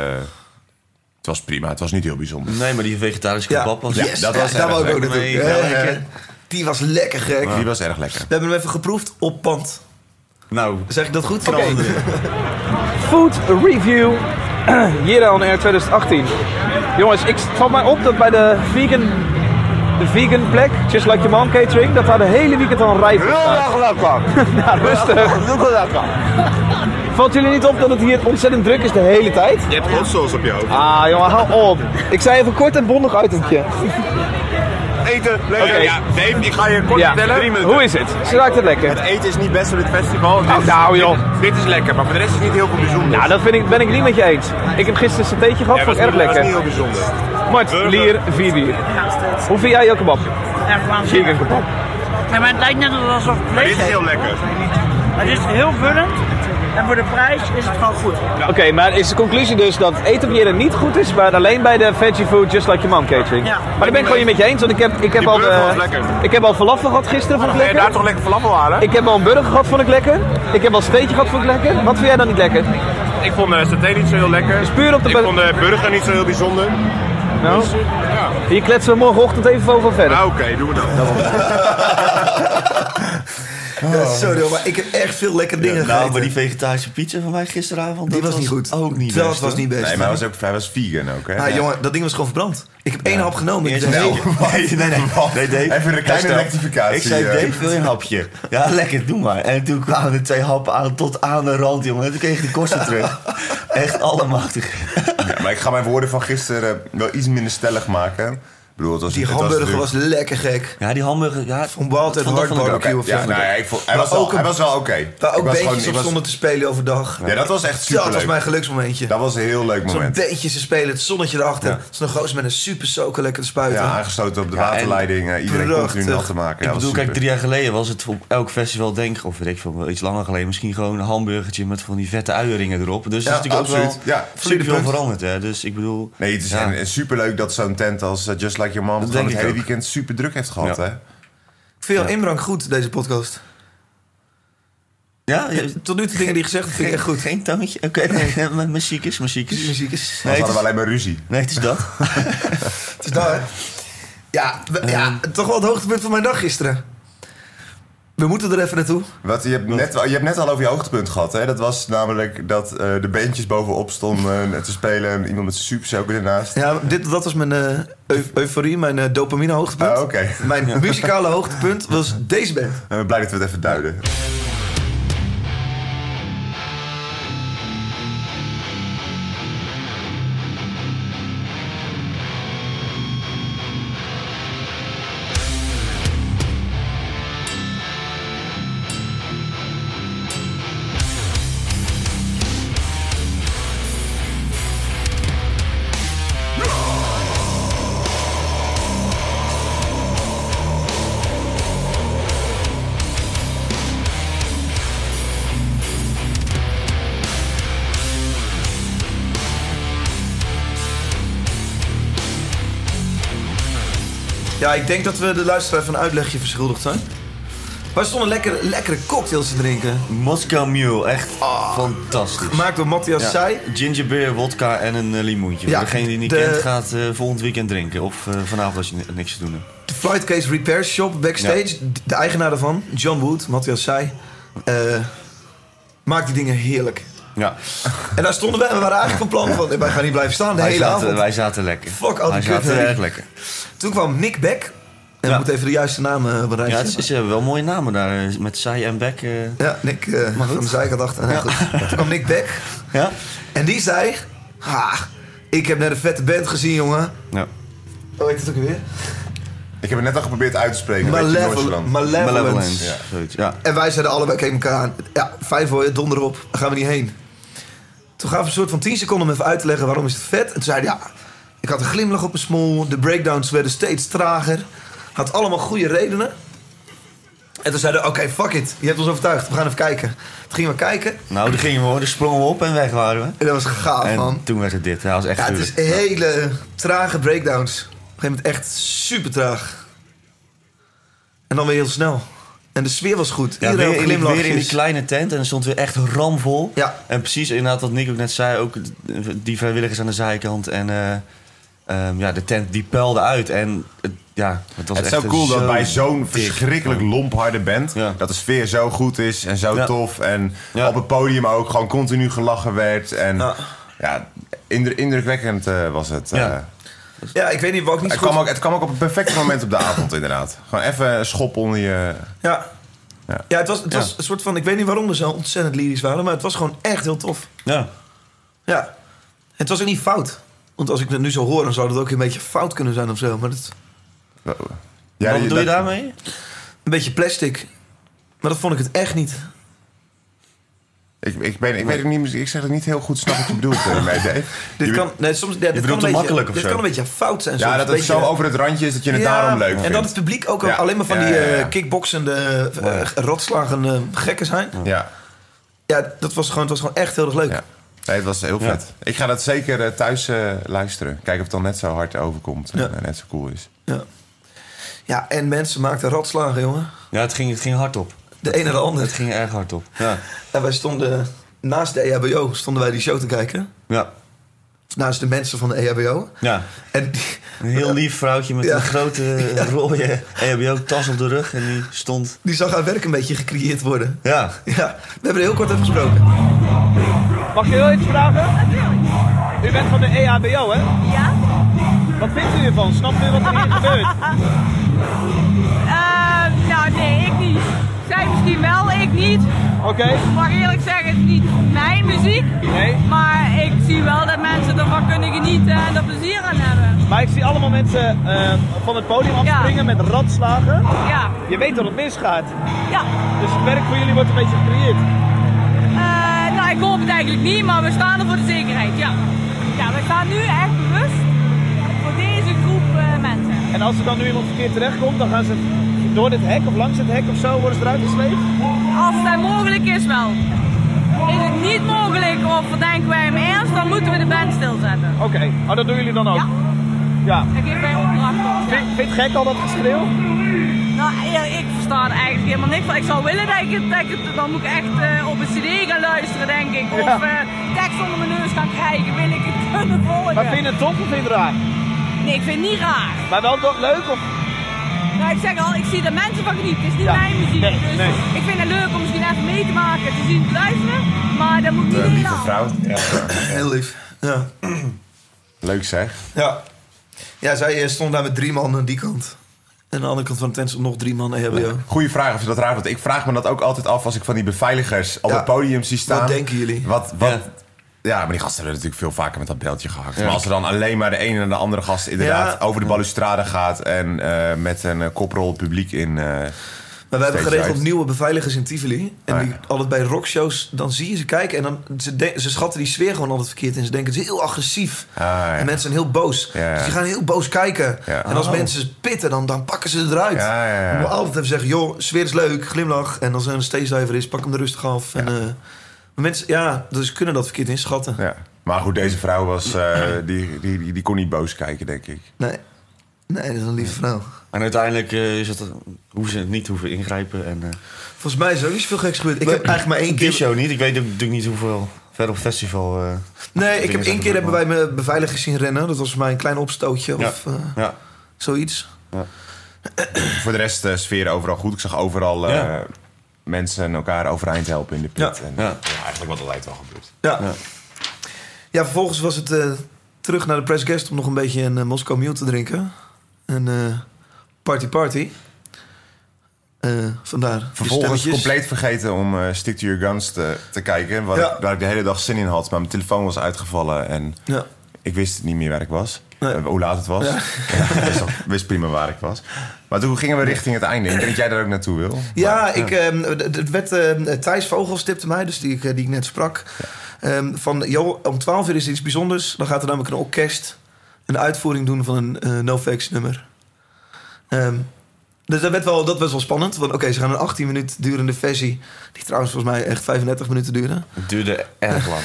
Speaker 4: Het was prima, het was niet heel bijzonder.
Speaker 3: Nee, maar die vegetarische kebab was...
Speaker 2: Yes,
Speaker 4: Ja, dat was
Speaker 2: daar
Speaker 4: erg
Speaker 2: wou ik ook
Speaker 4: lekker.
Speaker 2: naartoe.
Speaker 3: Nee,
Speaker 2: Ja,
Speaker 3: heel
Speaker 2: ja.
Speaker 3: lekker.
Speaker 2: Die was lekker gek.
Speaker 4: Die was erg lekker.
Speaker 2: We hebben hem even geproefd op pand.
Speaker 3: Nou,
Speaker 2: Zeg ik dat goed?
Speaker 6: Oké. Food Review Jera on Air 2018. Jongens, ik, het valt mij op dat bij de vegan, de vegan plek, Just Like Your Mom Catering, dat daar de hele weekend al een rij voor staat. Ja, rustig. Valt jullie niet op dat het hier ontzettend druk is de hele tijd?
Speaker 4: Je hebt hot sauce op je hoofd.
Speaker 6: Ah jongen, hou op. Ik zei even kort en bondig uitentje.
Speaker 4: Eten,
Speaker 6: Oké. Ja,
Speaker 4: Dave, ik ga je kort
Speaker 6: Ja, hoe is het? Smaakt het lekker?
Speaker 4: eten is niet best op dit festival.
Speaker 6: Oh, nou joh.
Speaker 4: Dit is lekker, maar voor de rest is niet heel veel bijzonder.
Speaker 6: Nou, dat vind ik, ben ik niet met je eens. Ik heb gisteren een satéetje gehad, vond ik erg lekker.
Speaker 4: bijzonder.
Speaker 6: Mart, Lier, vier bier. Hoe vind jij jouw kebab?
Speaker 7: Echt
Speaker 6: Vegan
Speaker 7: waanzinnig.
Speaker 6: kebab.
Speaker 7: Ja, maar het lijkt net alsof het vlees is.
Speaker 4: lekker.
Speaker 7: Het is heel vullend en voor de prijs is het gewoon goed.
Speaker 6: Oké, maar is de conclusie dus dat eten op Jeren niet goed is, maar alleen bij de veggie food just like your mom catering?
Speaker 7: Ja.
Speaker 6: Maar daar ben ik gewoon niet met je eens, want ik heb, ik heb al
Speaker 4: burger was
Speaker 6: de,
Speaker 4: lekker.
Speaker 6: ik heb al falafel gehad gisteren, vond ik
Speaker 4: Ga je
Speaker 6: lekker.
Speaker 4: daar toch lekker falafel halen?
Speaker 6: Ik heb al een burger gehad, vond ik lekker. Ik heb al een steentje gehad, vond ik lekker. Wat vind jij dan niet lekker?
Speaker 4: Ik vond de saté niet zo heel lekker.
Speaker 6: Puur op de...
Speaker 4: Ik vond de burger niet zo heel bijzonder. Dus, eh,
Speaker 6: Nou,
Speaker 4: Ja.
Speaker 6: hier kletsen we morgenochtend even over verder.
Speaker 4: Nou, oké, doen we dat.
Speaker 2: Ja, sorry, hoor, maar ik heb echt veel lekkere dingen
Speaker 3: Oh. nou,
Speaker 2: gegeten.
Speaker 3: maar die vegetarische pizza van mij gisteravond...
Speaker 2: Die
Speaker 3: dat
Speaker 2: was niet goed.
Speaker 3: Ook niet
Speaker 2: Dat
Speaker 3: best,
Speaker 2: was
Speaker 3: hoor.
Speaker 2: niet best.
Speaker 4: Nee, maar hij was ook hij was vegan ook, hè?
Speaker 2: Ah, jongen, dat ding was gewoon verbrand. Ik heb één hap genomen.
Speaker 3: Eerst
Speaker 2: Ik dacht,
Speaker 3: wel.
Speaker 2: nee,
Speaker 3: Nee, nee, nee. nee Dave.
Speaker 4: Oh, Even een kleine
Speaker 3: Hij stelt-
Speaker 4: rectificatie, eh.
Speaker 3: Ik zei,
Speaker 2: eh.
Speaker 4: ja.
Speaker 3: Dave, wil je een hapje? Ja, lekker, doe maar. En toen kwamen de twee happen aan, tot aan de rand, jongen. En toen kreeg ik de kosten terug. Echt allemachtig.
Speaker 4: Ja, maar ik ga mijn woorden van gisteren eh, wel iets minder stellig maken. Ik bedoel, het was,
Speaker 2: Die
Speaker 4: het was
Speaker 2: hamburger
Speaker 4: natuurlijk-
Speaker 2: was lekker gek.
Speaker 3: Ja, die hamburger... Ja,
Speaker 2: Van Walter
Speaker 3: vond- dat
Speaker 2: Hard
Speaker 3: vond ik ook.
Speaker 2: Barbecue of
Speaker 4: Ja,
Speaker 2: zo.
Speaker 4: nou ja, ik vond, hij,
Speaker 2: Maar
Speaker 4: was wel,
Speaker 2: ook een-
Speaker 4: hij was wel oké.
Speaker 2: Daar
Speaker 4: Ik
Speaker 2: ook
Speaker 4: was
Speaker 2: beentjes
Speaker 4: gewoon-
Speaker 2: op
Speaker 4: ik was-
Speaker 2: stonden te spelen overdag.
Speaker 4: Ja, dat was echt
Speaker 2: Dat was
Speaker 4: superleuk.
Speaker 2: mijn geluksmomentje.
Speaker 4: Dat was een heel leuk
Speaker 2: Zo'n
Speaker 4: moment.
Speaker 2: beentje te spelen, het zonnetje erachter.
Speaker 4: Ja.
Speaker 2: Zo'n gozer met een super soker lekker te spuiten.
Speaker 4: Ja, aangesloten op de
Speaker 3: Ja, en-
Speaker 4: waterleiding. eh, iedereen continu
Speaker 2: Prachtig.
Speaker 4: nat te maken.
Speaker 3: ik
Speaker 4: Ja, was
Speaker 3: bedoel, kijk,
Speaker 4: super.
Speaker 3: drie jaar geleden was het op elk festival, denk ik, of weet ik veel, iets langer geleden, misschien gewoon een hamburgertje met van die vette uieringen erop. Dus
Speaker 4: Ja,
Speaker 3: dat is natuurlijk
Speaker 4: absoluut.
Speaker 3: ook wel
Speaker 4: Ja,
Speaker 3: super
Speaker 4: valide
Speaker 3: veel
Speaker 4: punt.
Speaker 3: veranderd, hè. Dus ik bedoel...
Speaker 4: Nee, het is
Speaker 3: ja.
Speaker 4: en- en superleuk dat zo'n tent als eh, Just Like Your Mom... gewoon
Speaker 3: denk
Speaker 4: het
Speaker 3: ik
Speaker 4: hele
Speaker 3: ook.
Speaker 4: weekend super druk heeft gehad,
Speaker 3: Ja.
Speaker 4: hè?
Speaker 2: Ik vind jouw inbreng goed, deze podcast.
Speaker 3: Ja, je-
Speaker 2: Tot nu toe dingen die je gezegd hebt, vind ik echt goed.
Speaker 3: Geen tangetje? Oké, nee, nee, mijn muziek is, muziek
Speaker 2: Die
Speaker 3: is.
Speaker 2: muziek is...
Speaker 4: Nee, hadden
Speaker 3: Nee, het
Speaker 4: we
Speaker 3: is,
Speaker 4: alleen maar ruzie.
Speaker 3: nee, het is dat.
Speaker 2: Het is daar. Ja, we- ja,
Speaker 4: Ehm.
Speaker 2: toch wel het hoogtepunt van mijn dag gisteren. We moeten er even naartoe.
Speaker 4: Wat, je, hebt net, je hebt net al over je hoogtepunt gehad, hè? Dat was namelijk dat eh, de bandjes bovenop stonden eh, te spelen... en iemand met zijn supersoker ernaast.
Speaker 2: Ja, dit, dat was mijn eh, eu- euforie, mijn eh, dopamine hoogtepunt.
Speaker 4: Ah, oké.
Speaker 2: Mijn muzikale hoogtepunt was deze band.
Speaker 4: Ik ben blij dat Eh, we het even duiden.
Speaker 2: Ja, ik denk dat we de luisteraar van uitlegje verschuldigd zijn. Wij stonden lekker, lekkere cocktails te drinken. Ah.
Speaker 3: Moscow Mule, echt fantastisch.
Speaker 2: Gemaakt door Matthias
Speaker 3: Ja,
Speaker 2: Seij.
Speaker 3: Ginger beer, wodka en een eh, limoentje.
Speaker 2: Ja,
Speaker 3: Voor Degene die het niet
Speaker 2: de-
Speaker 3: kent gaat eh, volgend weekend drinken. Of eh, vanavond als je ni- niks te doen hebt.
Speaker 2: De Flightcase Repair Shop backstage. De eigenaar daarvan, John Wood, Matthias Seij. eh, maakt die dingen heerlijk.
Speaker 3: Ja,
Speaker 2: En daar stonden wij en we waren eigenlijk van plan van... wij gaan niet blijven staan de
Speaker 3: wij,
Speaker 2: hele
Speaker 3: zaten,
Speaker 2: avond.
Speaker 3: wij zaten lekker.
Speaker 2: Fuck al die
Speaker 3: Wij zaten
Speaker 2: kutherrie.
Speaker 3: erg lekker.
Speaker 2: Toen kwam Nick Beck. En we
Speaker 3: Ja.
Speaker 2: moeten even de juiste naam eh, op een
Speaker 3: Ja,
Speaker 2: rijtje.
Speaker 3: het is, ze hebben wel mooie namen daar. eh, Met Sai en Beck. eh.
Speaker 2: Ja, Nick eh van de zijkant achter. Nou, goed. Toen kwam Nick Beck.
Speaker 3: Ja?
Speaker 2: En die zei... Ha, ik heb net een vette band gezien, jongen.
Speaker 3: Ja.
Speaker 2: Hoe heet het ook weer?
Speaker 4: Ik heb het net al geprobeerd uit te spreken. een beetje
Speaker 2: Malevolent.
Speaker 4: nonchalant.
Speaker 2: Malevolence.
Speaker 3: Ja. Zoiets, ja.
Speaker 2: En wij zeiden allebei tegen elkaar aan. Ja, vijf hoor je, donder op. Daar gaan we niet heen. Toen gaven we een soort van tien seconden om even uit te leggen waarom is het vet. En toen zeiden ja, ik had een glimlach op mijn smoel. De breakdowns werden steeds trager. Had allemaal goede redenen. En toen zeiden we, oké, fuck it. Je hebt ons overtuigd. We gaan even kijken. Toen gingen we kijken.
Speaker 3: Nou, daar gingen we hoor. Daar sprongen we op en weg waren we.
Speaker 2: En dat was gaaf,
Speaker 3: en
Speaker 2: man.
Speaker 3: toen werd het dit. Ja, Dat was echt
Speaker 2: Ja, het is
Speaker 3: gruwelijk.
Speaker 2: hele trage breakdowns. Op een gegeven moment echt super traag. En dan weer heel snel. En de sfeer was goed.
Speaker 3: Ja,
Speaker 2: Iedereen
Speaker 3: weer,
Speaker 2: had
Speaker 3: in die, weer in die
Speaker 2: glimlachjes.
Speaker 3: kleine tent en er stond weer echt ramvol.
Speaker 2: Ja.
Speaker 3: En precies inderdaad wat Nick ook net zei, ook die vrijwilligers aan de zijkant en eh, ehm, ja, de tent die peilde uit. En het- ja, het was
Speaker 4: Het is
Speaker 3: echt
Speaker 4: zo cool dat
Speaker 3: zo
Speaker 4: bij zo'n
Speaker 3: dik.
Speaker 4: verschrikkelijk lompharde band...
Speaker 3: Ja.
Speaker 4: dat de sfeer zo goed is en zo
Speaker 3: Ja.
Speaker 4: tof. En
Speaker 3: Ja.
Speaker 4: op het podium ook gewoon continu gelachen werd. En
Speaker 2: Ja.
Speaker 4: ja, indru- indrukwekkend eh, was het.
Speaker 3: Ja.
Speaker 4: eh.
Speaker 2: Ja, ik weet niet wat ik niet
Speaker 4: het,
Speaker 2: zo goed-
Speaker 4: kwam ook, het kwam ook op het perfecte moment op de avond inderdaad. Gewoon even een schop onder je...
Speaker 2: Ja. Ja.
Speaker 4: Ja.
Speaker 2: het was, het
Speaker 3: Ja.
Speaker 2: was een soort van... Ik weet niet waarom we zo ontzettend lyrisch waren... maar het was gewoon echt heel tof.
Speaker 3: Ja.
Speaker 2: Ja. En het was ook niet fout. Want als ik het nu zou horen... zou dat ook een beetje fout kunnen zijn of zo. Maar dat,
Speaker 4: Ja,
Speaker 3: wat
Speaker 4: die-
Speaker 3: bedoel je
Speaker 4: dat-
Speaker 3: daarmee?
Speaker 2: een beetje plastic. Maar dat vond ik het echt niet.
Speaker 4: Ik, ik, ben, ik, weet het niet, ik zeg het niet heel goed snap wat je bedoelt eh, mee, Dave.
Speaker 2: Dit
Speaker 4: Je-
Speaker 2: kan, nee, soms, ja, dit
Speaker 3: bedoelt
Speaker 2: kan, een
Speaker 3: te
Speaker 2: beetje,
Speaker 3: makkelijk of
Speaker 2: dit
Speaker 3: zo?
Speaker 2: kan een beetje fout zijn. soms.
Speaker 4: Ja, dat
Speaker 2: Een
Speaker 4: het
Speaker 2: beetje-
Speaker 4: zo over het randje is dat je het daarom leuk vindt.
Speaker 2: En dat het publiek ook al-
Speaker 4: Ja.
Speaker 2: alleen maar van
Speaker 4: Ja,
Speaker 2: die
Speaker 4: ja, ja.
Speaker 2: eh, kickboxende eh, eh, rotslagen eh, gekken zijn.
Speaker 4: Ja.
Speaker 2: Ja, dat was gewoon, het was gewoon echt heel erg leuk.
Speaker 4: Ja. Nee, het was heel
Speaker 3: Ja.
Speaker 4: vet. Ik ga dat zeker eh, thuis eh, luisteren. Kijken of het dan net zo hard overkomt en
Speaker 2: Ja.
Speaker 4: eh, net zo cool is.
Speaker 2: Ja. ja, en mensen maakten rotslagen, jongen.
Speaker 3: Ja, het ging, het ging hard op.
Speaker 2: De ene naar de ander.
Speaker 3: Het ging erg hard op. Ja.
Speaker 2: E En wij stonden naast de EHBO stonden wij die show te kijken.
Speaker 3: ja.
Speaker 2: naast de mensen van de E EHBO.
Speaker 3: Ja.
Speaker 2: En
Speaker 3: Een heel lief vrouwtje met
Speaker 2: Ja.
Speaker 3: een grote
Speaker 2: Ja.
Speaker 3: rode EHBO-tas op de rug. En die stond...
Speaker 2: Die zag haar werk een beetje gecreëerd worden.
Speaker 3: Ja.
Speaker 2: Ja, we hebben er heel kort over gesproken. eh,
Speaker 6: Mag ik je heel iets vragen? U bent van de E EHBO, hè?
Speaker 13: Ja?
Speaker 6: Wat vindt u ervan? Snapt u wat er hier gebeurt?
Speaker 13: Eh, nou, nee, ik niet. Zij misschien wel, ik niet.
Speaker 6: Oké.
Speaker 13: Maar eerlijk zeggen, het is niet mijn muziek.
Speaker 6: Nee.
Speaker 13: Maar ik zie wel dat mensen ervan kunnen genieten en er plezier aan hebben.
Speaker 6: Maar ik zie allemaal mensen eh, van het podium afspringen met radslagen.
Speaker 13: Ja.
Speaker 6: Je weet dat het misgaat.
Speaker 13: Ja.
Speaker 6: Dus het werk voor jullie wordt een beetje gecreëerd.
Speaker 13: Eh, nou, ik hoop het eigenlijk niet, maar we staan er voor de zekerheid, ja. Ja, we staan nu echt bewust voor deze groep eh, mensen.
Speaker 6: En als er dan nu iemand verkeerd terechtkomt, dan gaan ze door dit hek of langs het hek of zo worden ze eruit gesleept.
Speaker 13: Als het mogelijk is wel. Is het niet mogelijk of verdenken wij hem eerst, dan moeten we de band stilzetten.
Speaker 6: Oké, oh, dat doen jullie dan ook? Ja. ja.
Speaker 13: Ik geef mij opdracht.
Speaker 6: Vind, vind je het gek al dat geschreeuw?
Speaker 13: Nou, ja, ik versta er eigenlijk helemaal niks van. Ik zou willen dat ik het, dat ik het- dan moet ik echt eh, op een cd gaan luisteren, denk ik. Of
Speaker 6: Ja.
Speaker 13: eh, tekst onder mijn neus gaan krijgen, wil ik het kunnen volgen.
Speaker 6: Maar vind je het tof of vind je het raar?
Speaker 13: Nee, ik vind het niet raar.
Speaker 6: Maar wel toch leuk of...
Speaker 13: Nou, ik zeg al, ik zie er mensen van genieten. Het is niet mijn muziek. dus
Speaker 6: nee.
Speaker 13: ik vind het leuk om misschien even mee te maken, te zien, te luisteren. Maar dat moet niet
Speaker 4: Een Eh, lieve
Speaker 13: iedereen
Speaker 4: vrouw. Ja.
Speaker 2: Heel lief. Ja.
Speaker 4: Leuk zeg.
Speaker 2: Ja. Ja, zij eh, stond daar met drie man aan die kant. En aan de andere kant van de tent stond nog drie man EHBO.
Speaker 4: Goeie vraag of je dat raar vindt. Ik vraag me dat ook altijd af als ik van die beveiligers op
Speaker 2: Ja.
Speaker 4: het podium zie staan.
Speaker 2: Wat denken jullie?
Speaker 4: Wat, wat, ja. maar die gasten hebben natuurlijk veel vaker met dat beltje gehakt.
Speaker 2: Ja.
Speaker 4: Maar als er dan alleen maar de ene en de andere gast inderdaad
Speaker 2: Ja.
Speaker 4: over de balustrade gaat... en eh, met een eh, koprol het publiek in... eh,
Speaker 2: Maar we hebben geregeld nieuwe beveiligers in Tivoli. En
Speaker 4: Ah,
Speaker 2: die altijd bij rockshows, dan zie je ze kijken. En dan, ze, de- ze schatten die sfeer gewoon altijd verkeerd in. Ze denken, het is heel agressief. En mensen zijn heel boos.
Speaker 4: Ah, ja.
Speaker 2: Dus die gaan heel boos kijken.
Speaker 4: Ja.
Speaker 2: En als
Speaker 4: Oh.
Speaker 2: mensen pitten, dan, dan pakken ze eruit.
Speaker 4: Ja, ja, ja.
Speaker 2: Je moet altijd even zeggen, joh, sfeer is leuk, glimlach. En als er een stagediver is, pak hem er rustig af. En, eh, maar mensen, ja, dus kunnen dat verkeerd inschatten.
Speaker 4: Ja. Maar goed, deze vrouw was, eh, die, die, die, die kon niet boos kijken, denk ik.
Speaker 2: Nee. nee, dat is een lieve vrouw.
Speaker 3: En uiteindelijk eh, is het, hoe ze het niet hoeven ingrijpen. En, eh,
Speaker 2: Volgens mij is er ook niet zoveel geks gebeurd. Ik heb eigenlijk maar één keer...
Speaker 3: Die show niet. Ik weet natuurlijk niet hoeveel verder op festival... eh,
Speaker 2: Nee, ik
Speaker 3: dingen
Speaker 2: heb
Speaker 3: zijn
Speaker 2: één keer hebben
Speaker 3: gebeurd,
Speaker 2: wij mijn beveiliger zien rennen. Dat was voor mij een klein opstootje
Speaker 4: Ja.
Speaker 2: of eh,
Speaker 3: Ja.
Speaker 2: zoiets.
Speaker 4: Voor de rest, de sfeer overal goed. Ik zag overal eh,
Speaker 2: Ja.
Speaker 4: mensen elkaar overeind helpen in de pit. En,
Speaker 3: ja.
Speaker 4: eigenlijk wat altijd wel gebeurt.
Speaker 2: Ja. ja. vervolgens was het eh, terug naar de press guest om nog een beetje een eh, Moskou Mule te drinken. En eh, party party. Eh, vandaar. die
Speaker 4: Vervolgens
Speaker 2: stemmetjes.
Speaker 4: compleet vergeten om eh, Stick to Your Guns te, te kijken. Waar,
Speaker 2: Ja.
Speaker 4: ik, waar ik de hele dag zin in had. Maar mijn telefoon was uitgevallen en
Speaker 2: Ja.
Speaker 4: ik wist niet meer waar ik was. Eh, hoe laat het was. Ja. ik wist, al- wist prima waar ik was. Maar toen gingen we richting het einde. Ik denk dat jij daar ook naartoe wil.
Speaker 2: Ja, ik, ehm, d- d- het werd, ehm, Thijs Vogels tipte mij, dus die, ik, eh, die ik net sprak. Ehm, van, joh, om 12 uur is er iets bijzonders. Dan gaat er namelijk een orkest een uitvoering doen van een eh NoFX nummer. Ehm, dus dat, werd wel, dat was wel spannend. Want oké, ze gaan een 18 minuten durende versie... die trouwens volgens mij echt 35 minuten duurde.
Speaker 3: Het duurde erg lang.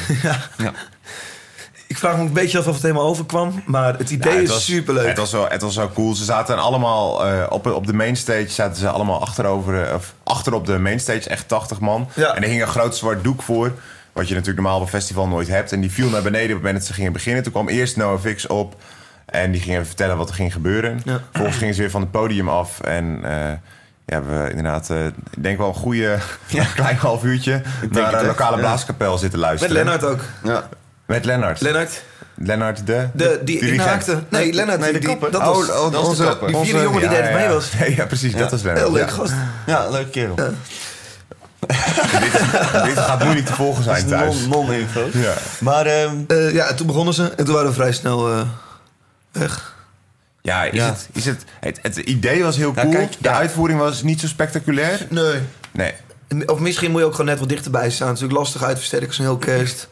Speaker 2: Ik vraag me ook een beetje af of het helemaal overkwam. Maar het idee
Speaker 4: Ja,
Speaker 2: is superleuk.
Speaker 4: Het was, wel, het was wel cool. Ze zaten allemaal eh, op, op de mainstage zaten ze allemaal achterover, eh, of achter op de mainstage, echt 80 man. En er hing een groot zwart doek voor. Wat je natuurlijk normaal op een festival nooit hebt. En die viel naar beneden op het moment dat ze gingen beginnen. Toen kwam eerst NoFX op. En die gingen vertellen wat er ging gebeuren.
Speaker 2: Ja.
Speaker 4: Vervolgens gingen ze weer van het podium af. En eh ja, we inderdaad, eh, ik denk wel een goede klein half uurtje... naar
Speaker 2: het
Speaker 4: een
Speaker 2: echt,
Speaker 4: lokale
Speaker 2: ja.
Speaker 4: blaaskapel zitten luisteren.
Speaker 2: Met Lennart ook.
Speaker 4: Ja. Met Lennart.
Speaker 2: Lennart.
Speaker 4: Lennart de...
Speaker 2: De, die
Speaker 4: dirigent.
Speaker 2: inhaakte. Nee, Lennart.
Speaker 4: Nee, de
Speaker 2: die-
Speaker 4: kapper.
Speaker 2: Dat was,
Speaker 4: Oh, oh,
Speaker 2: dat was
Speaker 4: onze-
Speaker 2: de kapper. Die vierde
Speaker 4: onze-
Speaker 2: jongen die
Speaker 4: ja,
Speaker 2: deed
Speaker 4: ja,
Speaker 2: mee
Speaker 4: ja.
Speaker 2: was.
Speaker 4: Nee, ja, precies, dat was Lennart,
Speaker 2: Heel leuk
Speaker 4: ja.
Speaker 2: gast.
Speaker 3: Ja, leuk kerel.
Speaker 4: Dit gaat moeilijk te volgen zijn
Speaker 3: Dat is
Speaker 4: thuis.
Speaker 3: non- non-info.
Speaker 4: Ja.
Speaker 3: Maar
Speaker 2: Eh, ja, en toen begonnen ze en toen waren we vrij snel eh, weg.
Speaker 4: Ja, is
Speaker 2: Ja.
Speaker 4: Het, is het, het, het idee was heel cool. de uitvoering was niet zo spectaculair.
Speaker 2: Nee.
Speaker 4: Nee.
Speaker 2: Of misschien moet je ook gewoon net wat dichterbij staan. Het is natuurlijk lastig uitversterken, zo'n heel kerst.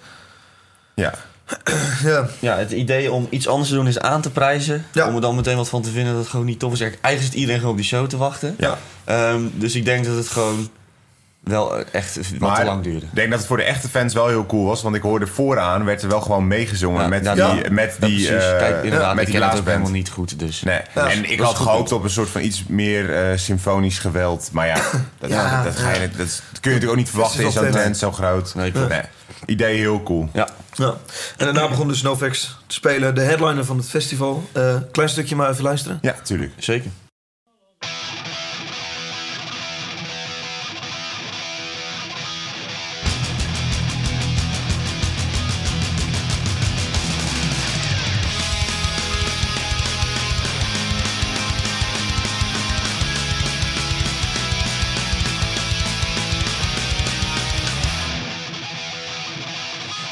Speaker 4: Ja.
Speaker 2: ja.
Speaker 3: ja, het idee om iets anders te doen is aan te prijzen. Om er dan meteen wat van te vinden dat het gewoon niet tof is. Eigenlijk zit iedereen gewoon op die show te wachten.
Speaker 4: Ja.
Speaker 3: Ehm, dus ik denk dat het gewoon wel
Speaker 2: eh,
Speaker 3: echt wat te lang duurde.
Speaker 4: ik denk dat het voor de echte fans wel heel cool was. Want ik hoorde vooraan werd er wel gewoon meegezongen
Speaker 3: Ja,
Speaker 4: met
Speaker 3: ja,
Speaker 4: die,
Speaker 3: ja.
Speaker 4: met
Speaker 3: Ja,
Speaker 4: die,
Speaker 3: precies.
Speaker 4: eh,
Speaker 3: Kijk, inderdaad,
Speaker 4: met
Speaker 3: ik
Speaker 4: die
Speaker 3: ken het ook
Speaker 4: blaasband.
Speaker 3: helemaal niet goed, dus-
Speaker 4: Nee.
Speaker 3: Ja.
Speaker 4: En ik
Speaker 3: Dat
Speaker 4: had
Speaker 3: is goed
Speaker 4: gehoopt op een soort van iets meer eh, symfonisch geweld. Maar ja, dat,
Speaker 2: Ja,
Speaker 4: dat, ga je,
Speaker 2: ja.
Speaker 4: niet- dat, is- dat kun je natuurlijk ook niet verwachten in
Speaker 2: wel
Speaker 4: zo'n
Speaker 2: tent.
Speaker 4: tent zo groot. Nee.
Speaker 2: klopt.
Speaker 4: Nee. idee heel cool.
Speaker 3: Ja.
Speaker 2: Ja. En daarna begon dus Novex te spelen, de headliner van het festival. Eh, klein stukje maar even luisteren.
Speaker 4: Ja, tuurlijk.
Speaker 3: Zeker.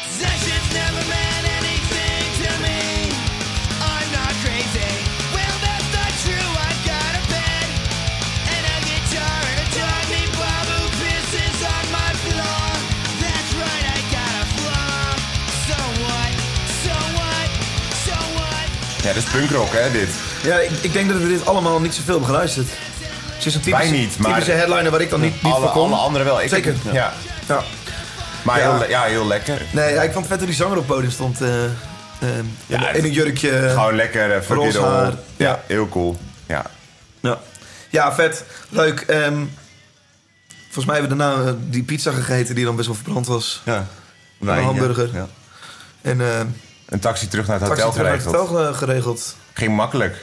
Speaker 10: Possessions never meant anything to me. I'm not crazy. Well, that's not true. I've got a bed and a guitar and a Johnny Bob who pisses on my floor. That's right, I got a flaw. So what? So what? So what?
Speaker 4: Ja, dat is punkrock, hè, dit.
Speaker 2: Ja, ik, ik denk dat we dit allemaal niet zoveel hebben geluisterd. Het is een typische,
Speaker 4: Wij niet, maar-
Speaker 2: typische headliner waar ik dan niet, niet
Speaker 4: alle,
Speaker 2: voor kon.
Speaker 4: alle anderen wel. Ik
Speaker 2: Zeker.
Speaker 4: Ja. ja. Maar
Speaker 2: Ja.
Speaker 4: Heel, le- ja, heel lekker.
Speaker 2: Nee, ja, ik vond het vet dat die zanger op het podium stond. eh, eh, in, in een jurkje.
Speaker 4: Gewoon lekker, eh, fuck it
Speaker 2: roze
Speaker 4: all.
Speaker 2: haar.
Speaker 4: Ja, heel cool. Ja.
Speaker 2: Ja, ja vet. Leuk. Ehm, volgens mij hebben we daarna eh, die pizza gegeten die dan best wel verbrand was.
Speaker 3: Ja.
Speaker 2: Een
Speaker 4: Wijn, ja.
Speaker 2: hamburger.
Speaker 4: Ja.
Speaker 2: En eh,
Speaker 4: Een taxi terug naar het
Speaker 2: taxi
Speaker 4: hotel
Speaker 2: terug naar het
Speaker 4: geregeld.
Speaker 2: hotel ge- geregeld.
Speaker 4: Ging makkelijk.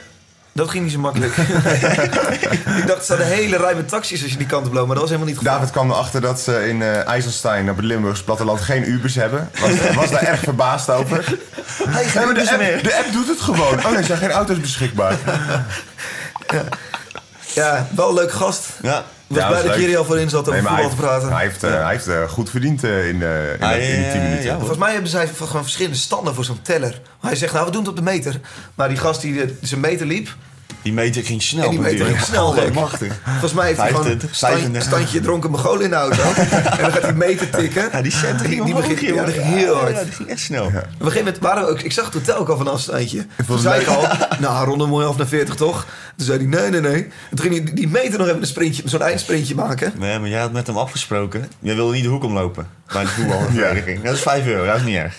Speaker 2: Dat ging niet zo makkelijk. ik dacht, er staat een hele rij met taxis als je die kant op loopt. Maar dat was helemaal niet goed.
Speaker 4: David kwam erachter dat ze in eh IJsselstein op het Limburgs platteland geen Ubers hebben. Was, was daar erg verbaasd over. Ja, maar de, app, de app doet het gewoon. Oh, nee, er zijn geen auto's beschikbaar.
Speaker 2: Ja, wel een leuk gast.
Speaker 3: Ja.
Speaker 2: Ik was blij dat Jerry al voorin zat om
Speaker 4: Nee, maar
Speaker 2: voetbal te
Speaker 4: hij heeft-
Speaker 2: praten. Ah,
Speaker 4: Hij heeft, eh, hij heeft eh, goed verdiend eh, in, de in,
Speaker 3: Hij,
Speaker 4: de- in die 10
Speaker 3: eh,
Speaker 4: minuten.
Speaker 3: ja, hoor.
Speaker 2: Volgens mij hebben zij v- gewoon verschillende standen voor zo'n teller. Maar hij zegt, nou, we doen het op de meter. Maar die gast die eh, zijn meter liep...
Speaker 3: Die meter ging snel.
Speaker 2: En die meter ging snel.
Speaker 3: Ja,
Speaker 2: leuk.
Speaker 3: Oh, machtig.
Speaker 2: Volgens mij heeft hij gewoon een
Speaker 3: 25,
Speaker 2: stand,
Speaker 3: 37.
Speaker 2: standje dronken mogolen in de auto. en dan gaat hij meter tikken.
Speaker 3: Ja, die cent ging
Speaker 2: die, die
Speaker 3: omhoog,
Speaker 2: begint
Speaker 3: joh.
Speaker 2: ja, die ging heel
Speaker 3: Ja,
Speaker 2: hard.
Speaker 3: Ja, die ging echt snel. Ja.
Speaker 2: Op een gegeven moment waren we ook... Ik zag het hotel ook al van een afstandje. Toen zei ik al, nou, ronde mooi af naar 40, toch? Toen zei hij, nee, nee, nee. Toen ging hij die meter nog even een sprintje, zo'n eindsprintje maken.
Speaker 3: Nee, maar jij had met hem afgesproken. Jij wilde niet de hoek omlopen bij de voetbalvereniging. Dat is 5 euro, dat is niet erg.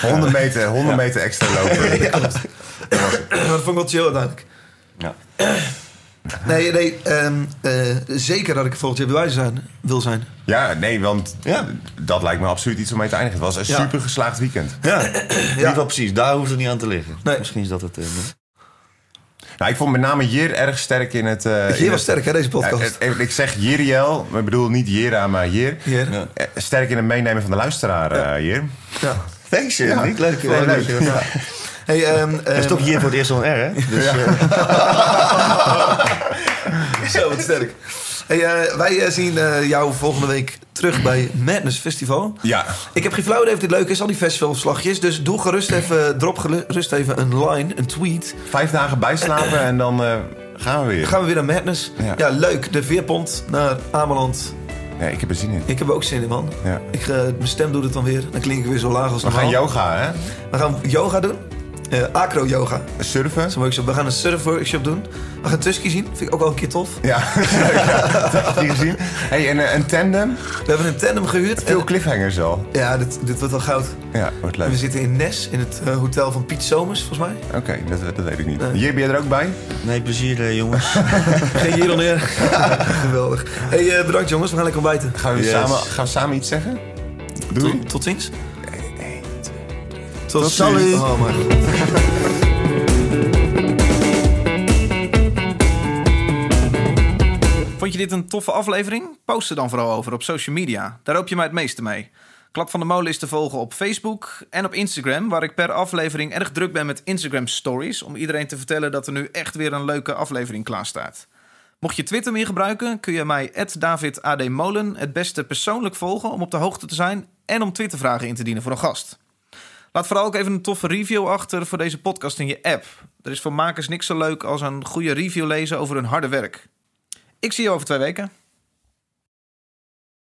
Speaker 4: 100 meter, 100 meter extra lopen.
Speaker 2: dat vond ik wel chill uiteindelijk.
Speaker 3: Ja.
Speaker 2: Nee, nee ehm, eh, zeker dat ik volgend jaar bij wijze zijn, wil zijn.
Speaker 4: Ja, nee, want dat lijkt me absoluut iets om mee te eindigen. Het was een
Speaker 2: Ja.
Speaker 4: super geslaagd weekend.
Speaker 3: Ja, in ieder geval precies. Daar hoeft het niet aan te liggen.
Speaker 2: Nee.
Speaker 3: Misschien is dat het. eh, nee.
Speaker 4: Nou, ik vond met name Jir erg sterk in het... eh, in
Speaker 2: Hier was
Speaker 4: het-
Speaker 2: sterk, hè, deze
Speaker 4: Ja,
Speaker 2: podcast.
Speaker 4: het- het- ik zeg Jiriel, maar ik bedoel niet Jera, maar Jir.
Speaker 2: Hier.
Speaker 3: Ja.
Speaker 4: Eh, Sterk in het meenemen van de luisteraar, eh, Jir.
Speaker 2: Ja.
Speaker 3: Thanks, Jim.
Speaker 4: Ja.
Speaker 3: Niet leuk.
Speaker 4: Ja, leuk.
Speaker 3: leuk. Ja.
Speaker 2: Hey, ehm, ehm,
Speaker 3: Dat is toch hier voor het eerst al een R, hè? Dus, eh,
Speaker 2: Zo, wat sterk. Hey, eh, wij eh, zien eh, jou volgende week terug bij Madness Festival.
Speaker 4: Ja.
Speaker 2: Ik heb geen flauw idee of dit leuk is, al die festivalverslagjes. Dus doe gerust even, drop gerust even een line, een tweet.
Speaker 4: Vijf dagen bijslapen en dan eh, gaan we weer.
Speaker 2: Dan gaan we weer naar Madness. Ja,
Speaker 4: Ja.
Speaker 2: leuk. De veerpont naar Ameland.
Speaker 4: Ja, ik heb er zin in.
Speaker 2: Ik heb er ook zin in, man.
Speaker 4: Ja.
Speaker 2: Ik, eh, mijn stem doet het dan weer. Dan klink ik weer zo laag als
Speaker 4: We
Speaker 2: normaal.
Speaker 4: gaan yoga, hè?
Speaker 2: We gaan yoga doen. Eh, acro-yoga.
Speaker 4: Surfen.
Speaker 2: Zo'n workshop. We gaan een surf-workshop doen. We gaan Tusky zien. Vind ik ook wel een keer tof.
Speaker 4: Ja, leuk, ja. dat heb je gezien. hey, en eh, een tandem.
Speaker 2: We hebben een tandem gehuurd.
Speaker 4: Veel
Speaker 2: En-
Speaker 4: cliffhangers al.
Speaker 2: ja, dit, dit wordt wel goud.
Speaker 4: Ja, wordt
Speaker 2: En
Speaker 4: leuk.
Speaker 2: we zitten in Nes, in het eh, hotel van Piet Somers, volgens mij. Eh.
Speaker 4: Oké, dat, dat weet ik niet. Jir, ben je er ook bij?
Speaker 3: nee, plezier, eh, jongens.
Speaker 2: Geen hier neer. Geweldig. Hey, eh, bedankt jongens, we gaan lekker ontbijten.
Speaker 4: Gaan we,
Speaker 3: Yes.
Speaker 4: samen, gaan we samen iets zeggen? Doei.
Speaker 2: Tot, tot ziens. Tot, ziens.
Speaker 4: ziens.
Speaker 2: Oh, mijn god.
Speaker 1: Vond je dit een toffe aflevering? Post er dan vooral over op social media. Daar hoop je mij het meeste mee. Klap van de Molen is te volgen op Facebook en op Instagram, waar ik per aflevering erg druk ben met Instagram Stories. Om iedereen te vertellen dat er nu echt weer een leuke aflevering klaarstaat. Mocht je Twitter meer gebruiken, kun je mij DavidADMolen het beste persoonlijk volgen om op de hoogte te zijn en om Twittervragen in te dienen voor een gast. Laat vooral ook even een toffe review achter voor deze podcast in je app. Er is voor makers niks zo leuk als een goede review lezen over hun harde werk. Ik zie je over twee weken.